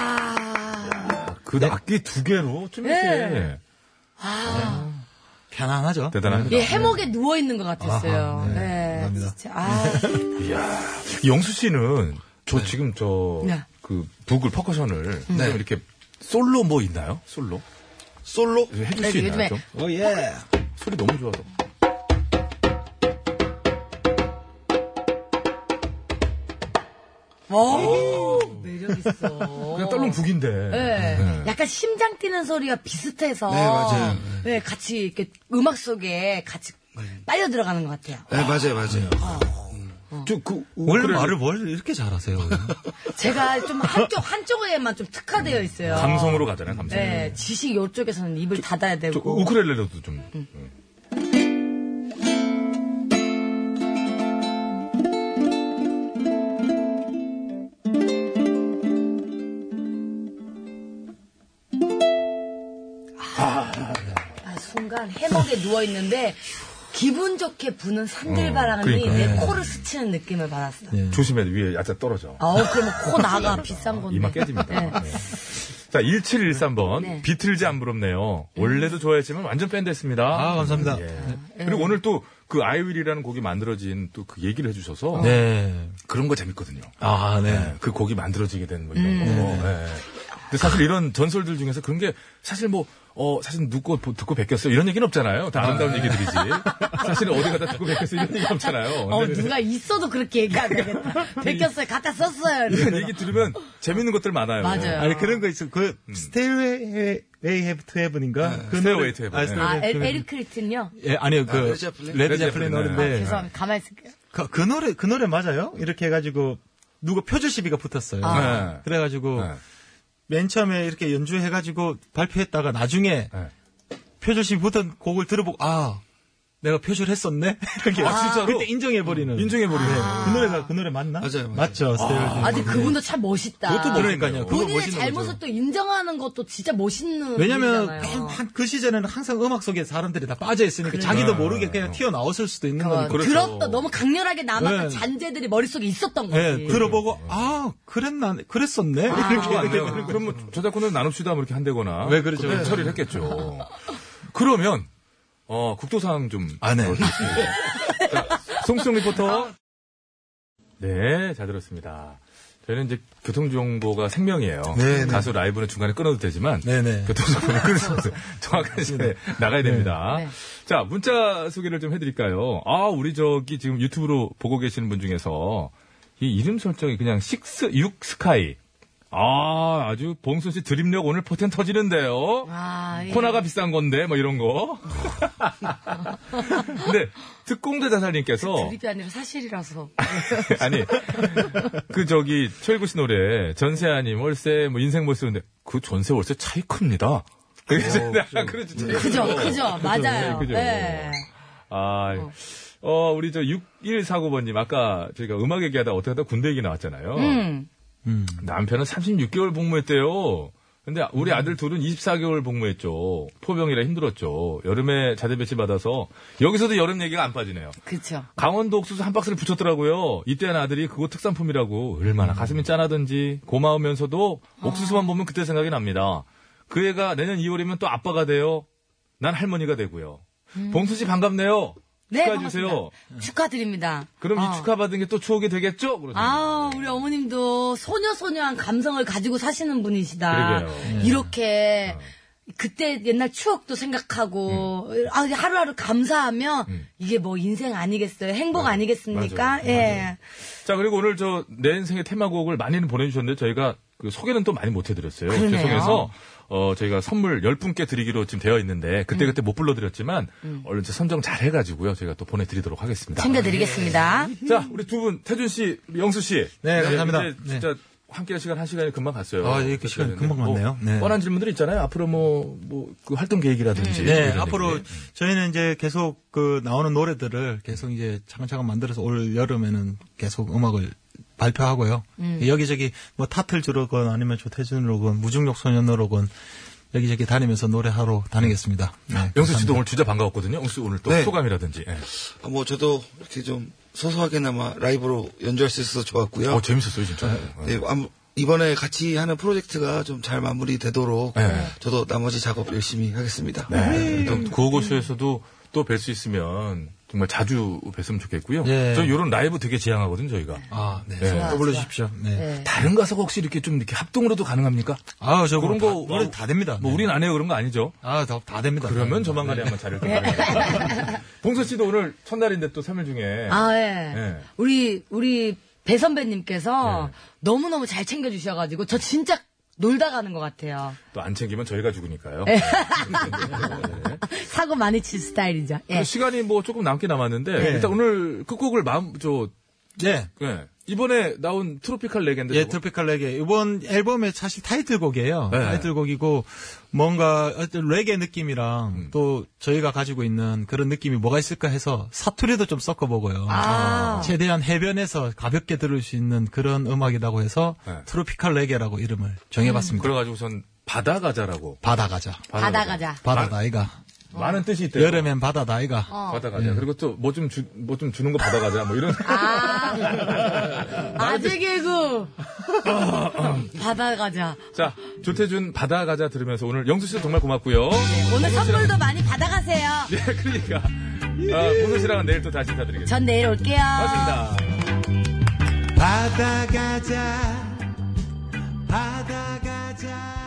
S3: 아. 그 악기 두 개로 좀 이렇게.
S5: 네. 아,
S10: 편안하죠?
S3: 대단합니다.
S5: 예, 해먹에 누워 있는 것 같았어요. 네. 진짜. 아,
S3: 이야. 영수 씨는 저 지금 저,
S5: 네.
S3: 그 북을 퍼커션을
S5: 네.
S3: 좀 이렇게 솔로 뭐 있나요? 솔로?
S11: 솔로?
S3: 해줄 수
S5: 네,
S3: 있나요?
S5: 요즘에
S3: 좀?
S10: 오, 예.
S3: 소리 너무 좋아서.
S5: 오, 어? 매력 있어.
S3: 그냥 떨론 북인데.
S5: 네.
S3: 네.
S5: 약간 심장 뛰는 소리가 비슷해서.
S11: 네, 맞아요.
S5: 네, 같이 이렇게 음악 속에 같이 빨려 들어가는 것 같아요.
S11: 네, 맞아요, 맞아요.
S3: 저그
S10: 원래 말을 뭘 이렇게 잘하세요?
S5: 제가 좀 한쪽, 한쪽에만 좀 특화되어 있어요.
S3: 감성으로 가잖아요, 감성.
S5: 네, 지식 요쪽에서는 입을 닫아야
S3: 저
S5: 되고.
S3: 우크렐레로도 좀. 음,
S5: 아, 순간 해먹에 누워있는데, 기분 좋게 부는 산들바람이
S3: 어, 그러니까.
S5: 내
S3: 네.
S5: 코를 스치는 느낌을 받았어요.
S10: 네.
S3: 조심해, 위에 야자 떨어져.
S5: 아, 그러면 코 나가, 비싼 건데.
S3: 아, 이마 깨집니다.
S5: 네.
S3: 자, 1713번.
S5: 네. 음.
S3: 비틀즈 안 부럽네요. 원래도 좋아했지만 완전 밴드 했습니다. 예.
S10: 아, 감사합니다.
S5: 네.
S3: 그리고 오늘 또 그 아이윌이라는 곡이 만들어진 또 그 얘기를 해주셔서.
S10: 네.
S3: 그런 거 재밌거든요.
S10: 아, 네.
S3: 그 곡이 만들어지게 된 뭐 이런
S10: 음.
S3: 거. 네. 근데 사실 이런 전설들 중에서 그런 게 사실 뭐, 어, 사실 듣고, 듣고 베꼈어요. 이런 얘기는 없잖아요. 다
S5: <laughs>
S3: 아름다운 얘기들이지. 사실 어디 가다 듣고 베꼈어요. 이런 얘기 없잖아요.
S5: 어,
S3: 근데
S5: 누가 있어도 그렇게 얘기 안 되겠다.
S10: <laughs>
S5: 베꼈어요. 갖다 썼어요.
S3: 이런 얘기 들으면 재밌는 것들 많아요.
S5: 맞아요.
S10: 아니 그런 거 있어. 그 스테이웨이 헤브 투 헤븐인가?
S3: Stairway to Heaven.
S10: 아, Stairway
S5: 아,
S10: to
S5: 에,
S10: Heaven.
S5: 에릭 크리튼요? 아,
S10: 예, 아니요. 그
S11: 아, 레드 제플린?
S10: 레드
S3: 레드
S10: 제플린
S3: 제플린,
S10: 노래인데
S3: 네.
S5: 죄송합니다. 가만히 있을게요.
S10: 그, 그 노래 그 노래 맞아요? 이렇게 해가지고 누가 표절 시비가 붙었어요.
S3: 아. 네.
S10: 그래가지고
S3: 네.
S10: 맨 처음에 이렇게 연주해가지고 발표했다가 나중에
S3: 네.
S10: 표절 시비 붙은 곡을 들어보고 아 내가 표절했었네 <laughs> 이렇게
S3: 아, 진짜로?
S10: 그때 인정해버리는
S3: 인정해버리네.
S10: 그 노래가 그 노래 맞나? 맞아요. 맞죠. 스테레오타입. 네.
S5: 아, 근데 그분도 참 멋있다.
S10: 그것도 그러니까요. 그거
S5: 본인의
S10: 멋있는
S5: 잘못을
S10: 거죠.
S5: 또 인정하는 것도 진짜 멋있는.
S10: 왜냐면
S5: 일이잖아요.
S10: 한 그 시절에는 항상 음악 속에 사람들이 다 빠져 있으니까 자기도 모르게
S3: 네.
S10: 그냥 튀어 나왔을 수도 있는
S5: 어,
S10: 거니까.
S5: 들었다
S3: 그렇죠.
S5: 너무 강렬하게 남았던
S10: 그렇죠. 네.
S5: 잔재들이 머릿속에 있었던 거지.
S10: 예, 들어보고 아 그랬나 그랬었네 이렇게
S3: 아,
S10: 이렇게
S3: 네. 그러면 저작권을 나눕시다 뭐 이렇게 한다거나
S10: 왜 그러죠?
S3: 그걸 처리를 했겠죠. 그러면 어 국도상 좀
S10: 아, 네.
S3: 넣어주겠습니다.
S10: <laughs>
S3: 자, 송송 리포터. 네, 잘 들었습니다. 저희는 이제 교통정보가 생명이에요.
S10: 네, 네.
S3: 가수 라이브는 중간에 끊어도 되지만
S10: 네네.
S3: 교통정보는 그 <laughs> 끊을 수 없어요. 정확한 시간에 나가야 됩니다.
S5: 네.
S3: 자, 문자 소개를 좀 해드릴까요? 아, 우리 저기 지금 유튜브로 보고 계시는 분 중에서 이 이름 설정이 그냥 식스, 육스카이. 아, 아주 봉순 씨 드립력 오늘 포텐 터지는데요.
S5: 아, 예.
S3: 코나가 비싼 건데, 뭐 이런 거. <laughs> 근데, 특공대
S10: 뭐?
S3: 자살님께서,
S5: 드립이 아니라 사실이라서.
S3: <laughs> 아니, 그 저기, 최일구 씨 노래, 전세 아님, 월세, 뭐 인생 못 쓰는데, 그 전세 월세 차이 큽니다. 어, 그래서 아, 그렇지. 차이
S10: <laughs>
S5: 그죠,
S3: 크죠.
S5: 그죠, 맞아요.
S3: 그죠.
S5: 네.
S3: 아, 어, 우리 저 6149번님, 아까 저희가 음악 얘기하다 어떻게 하다 군대 얘기 나왔잖아요.
S5: 음.
S3: 남편은 36개월 복무했대요. 근데
S5: 음.
S3: 우리 아들 둘은 24개월 복무했죠. 포병이라 힘들었죠. 여름에 자대 배치 받아서 여기서도 여름 얘기가 안 빠지네요.
S5: 그쵸.
S3: 강원도 옥수수 한 박스를 붙였더라고요. 이때한 아들이 그거 특산품이라고 얼마나
S5: 음.
S3: 가슴이 짠하던지 고마우면서도 옥수수만 보면 그때 생각이 납니다. 그 애가 내년 2월이면 또 아빠가 돼요. 난 할머니가 되고요. 봉수 씨 반갑네요.
S5: 음. 네,
S3: 축하해 주세요.
S5: 반갑습니다. 축하드립니다.
S3: 그럼
S5: 어.
S3: 이 축하받은 게 또 추억이 되겠죠? 그러죠.
S5: 아, 우리 어머님도 소녀소녀한 감성을 가지고 사시는 분이시다.
S3: 그러게요. 네.
S5: 이렇게 그때 옛날 추억도 생각하고 아, 하루하루 감사하면 이게 뭐 인생 아니겠어요? 행복 아니겠습니까
S3: 맞아요.
S5: 예.
S3: 자, 그리고 오늘 저 내 인생의 테마곡을 많이는 보내주셨는데 저희가 그 소개는 또 많이 못해드렸어요.
S5: 그러네요.
S3: 죄송해서 어, 저희가 선물 10분께 드리기로 지금 되어 있는데 그때그때 못 불러드렸지만 얼른 저 선정 잘 해가지고요. 저희가 또 보내드리도록
S5: 음.
S3: 하겠습니다.
S5: 챙겨드리겠습니다.
S3: 자, 우리 두 분, 태준 씨, 우리 영수 씨.
S10: 네, 감사합니다.
S3: 이제 진짜 함께 한 시간 한 시간이 금방 갔어요.
S10: 아, 이렇게 시간이 금방
S3: 뭐
S10: 갔네요. 네.
S3: 뻔한 질문들 있잖아요. 앞으로 뭐, 뭐, 그 활동 계획이라든지. 뭐
S10: 네,
S3: 이런
S10: 앞으로
S3: 얘기.
S10: 저희는 이제 계속 그 나오는 노래들을 계속 이제 차근차근 만들어서 올 여름에는 계속 음악을 발표하고요.
S12: 음.
S10: 여기저기 뭐 타틀즈로건 아니면 조태준으로건 무중력 소년으로건 여기저기 다니면서 노래하러 다니겠습니다. 네,
S3: 영수
S10: 감사합니다.
S3: 씨도 오늘 주제 반가웠거든요. 영수 오늘 또
S10: 네.
S3: 소감이라든지. 예.
S11: 아, 뭐 저도 이렇게 좀 소소하게나마 라이브로 연주할 수 있어서 좋았고요.
S3: 어, 재밌었어요, 진짜.
S11: 네, 아무- 이번에 같이 하는 프로젝트가 좀 잘 마무리되도록 저도 나머지 작업 열심히 하겠습니다.
S3: 네. 구호고쇼에서도 또 뵐 수 있으면 정말 자주 뵀으면 좋겠고요.
S10: 예.
S3: 저희 이런 라이브 되게 지향하거든요, 저희가.
S10: 아, 네.
S3: 네.
S10: 또 불러주십시오. 네.
S3: 다른 가사가 혹시 이렇게 좀 이렇게 합동으로도 가능합니까?
S10: 아, 저
S3: 그런 거
S10: 다, 노래 다 됩니다.
S3: 뭐 우린 안 해요 그런 거 아니죠?
S10: 아, 다, 다 됩니다. 네.
S3: 그러면 조만간에 한번 자리를 네. <laughs> 봉서 씨도 오늘 첫날인데 또 3일 중에
S5: 아, 예.
S3: 예.
S5: 우리, 우리 배 선배님께서 너무너무 잘 챙겨주셔가지고 저 진짜 놀다 가는 것 같아요.
S3: 또 안 챙기면 저희가 죽으니까요. 네.
S5: 예. 사고 많이 칠 스타일이죠. 예.
S3: 그리고 시간이 뭐 조금 남게 남았는데
S10: 네.
S3: 일단 오늘 끝곡을 마음 저
S10: 예.
S3: 예. 이번에 나온 트로피칼 레게인데
S10: 예, 트로피칼 레게. 이번 앨범의 사실 타이틀곡이에요.
S3: 네.
S10: 타이틀곡이고, 뭔가 어떤 레게 느낌이랑
S3: 음.
S10: 또 저희가 가지고 있는 그런 느낌이 뭐가 있을까 해서 사투리도 좀 섞어보고요.
S5: 아.
S10: 최대한 해변에서 가볍게 들을 수 있는 그런 음악이라고 해서
S3: 네.
S10: 트로피칼 레게라고 이름을
S5: 음.
S10: 정해봤습니다.
S3: 그래가지고선 바다 가자라고
S10: 바다 가자.
S5: 바다 가자.
S10: 바다 나이가.
S3: 많은 아, 뜻이 있대요.
S10: 여름엔 바다 나이가.
S5: 어.
S3: 바다 가자. 그리고 또 뭐 좀 주, 뭐 좀 주는 거 받아 가자. 뭐 이런.
S5: 아재 개구. 바다 가자.
S3: <laughs> 자, 조태준 바다 가자 들으면서 오늘 영수 씨도 정말 고맙고요.
S5: 네, 오늘 선물도 많이 받아가세요.
S3: 예, 그러니까. 아, 봉선 씨랑은 내일 또 다시 인사드리겠습니다.
S5: 전 내일 올게요.
S3: 고맙습니다.
S12: 바다 가자 바다 가자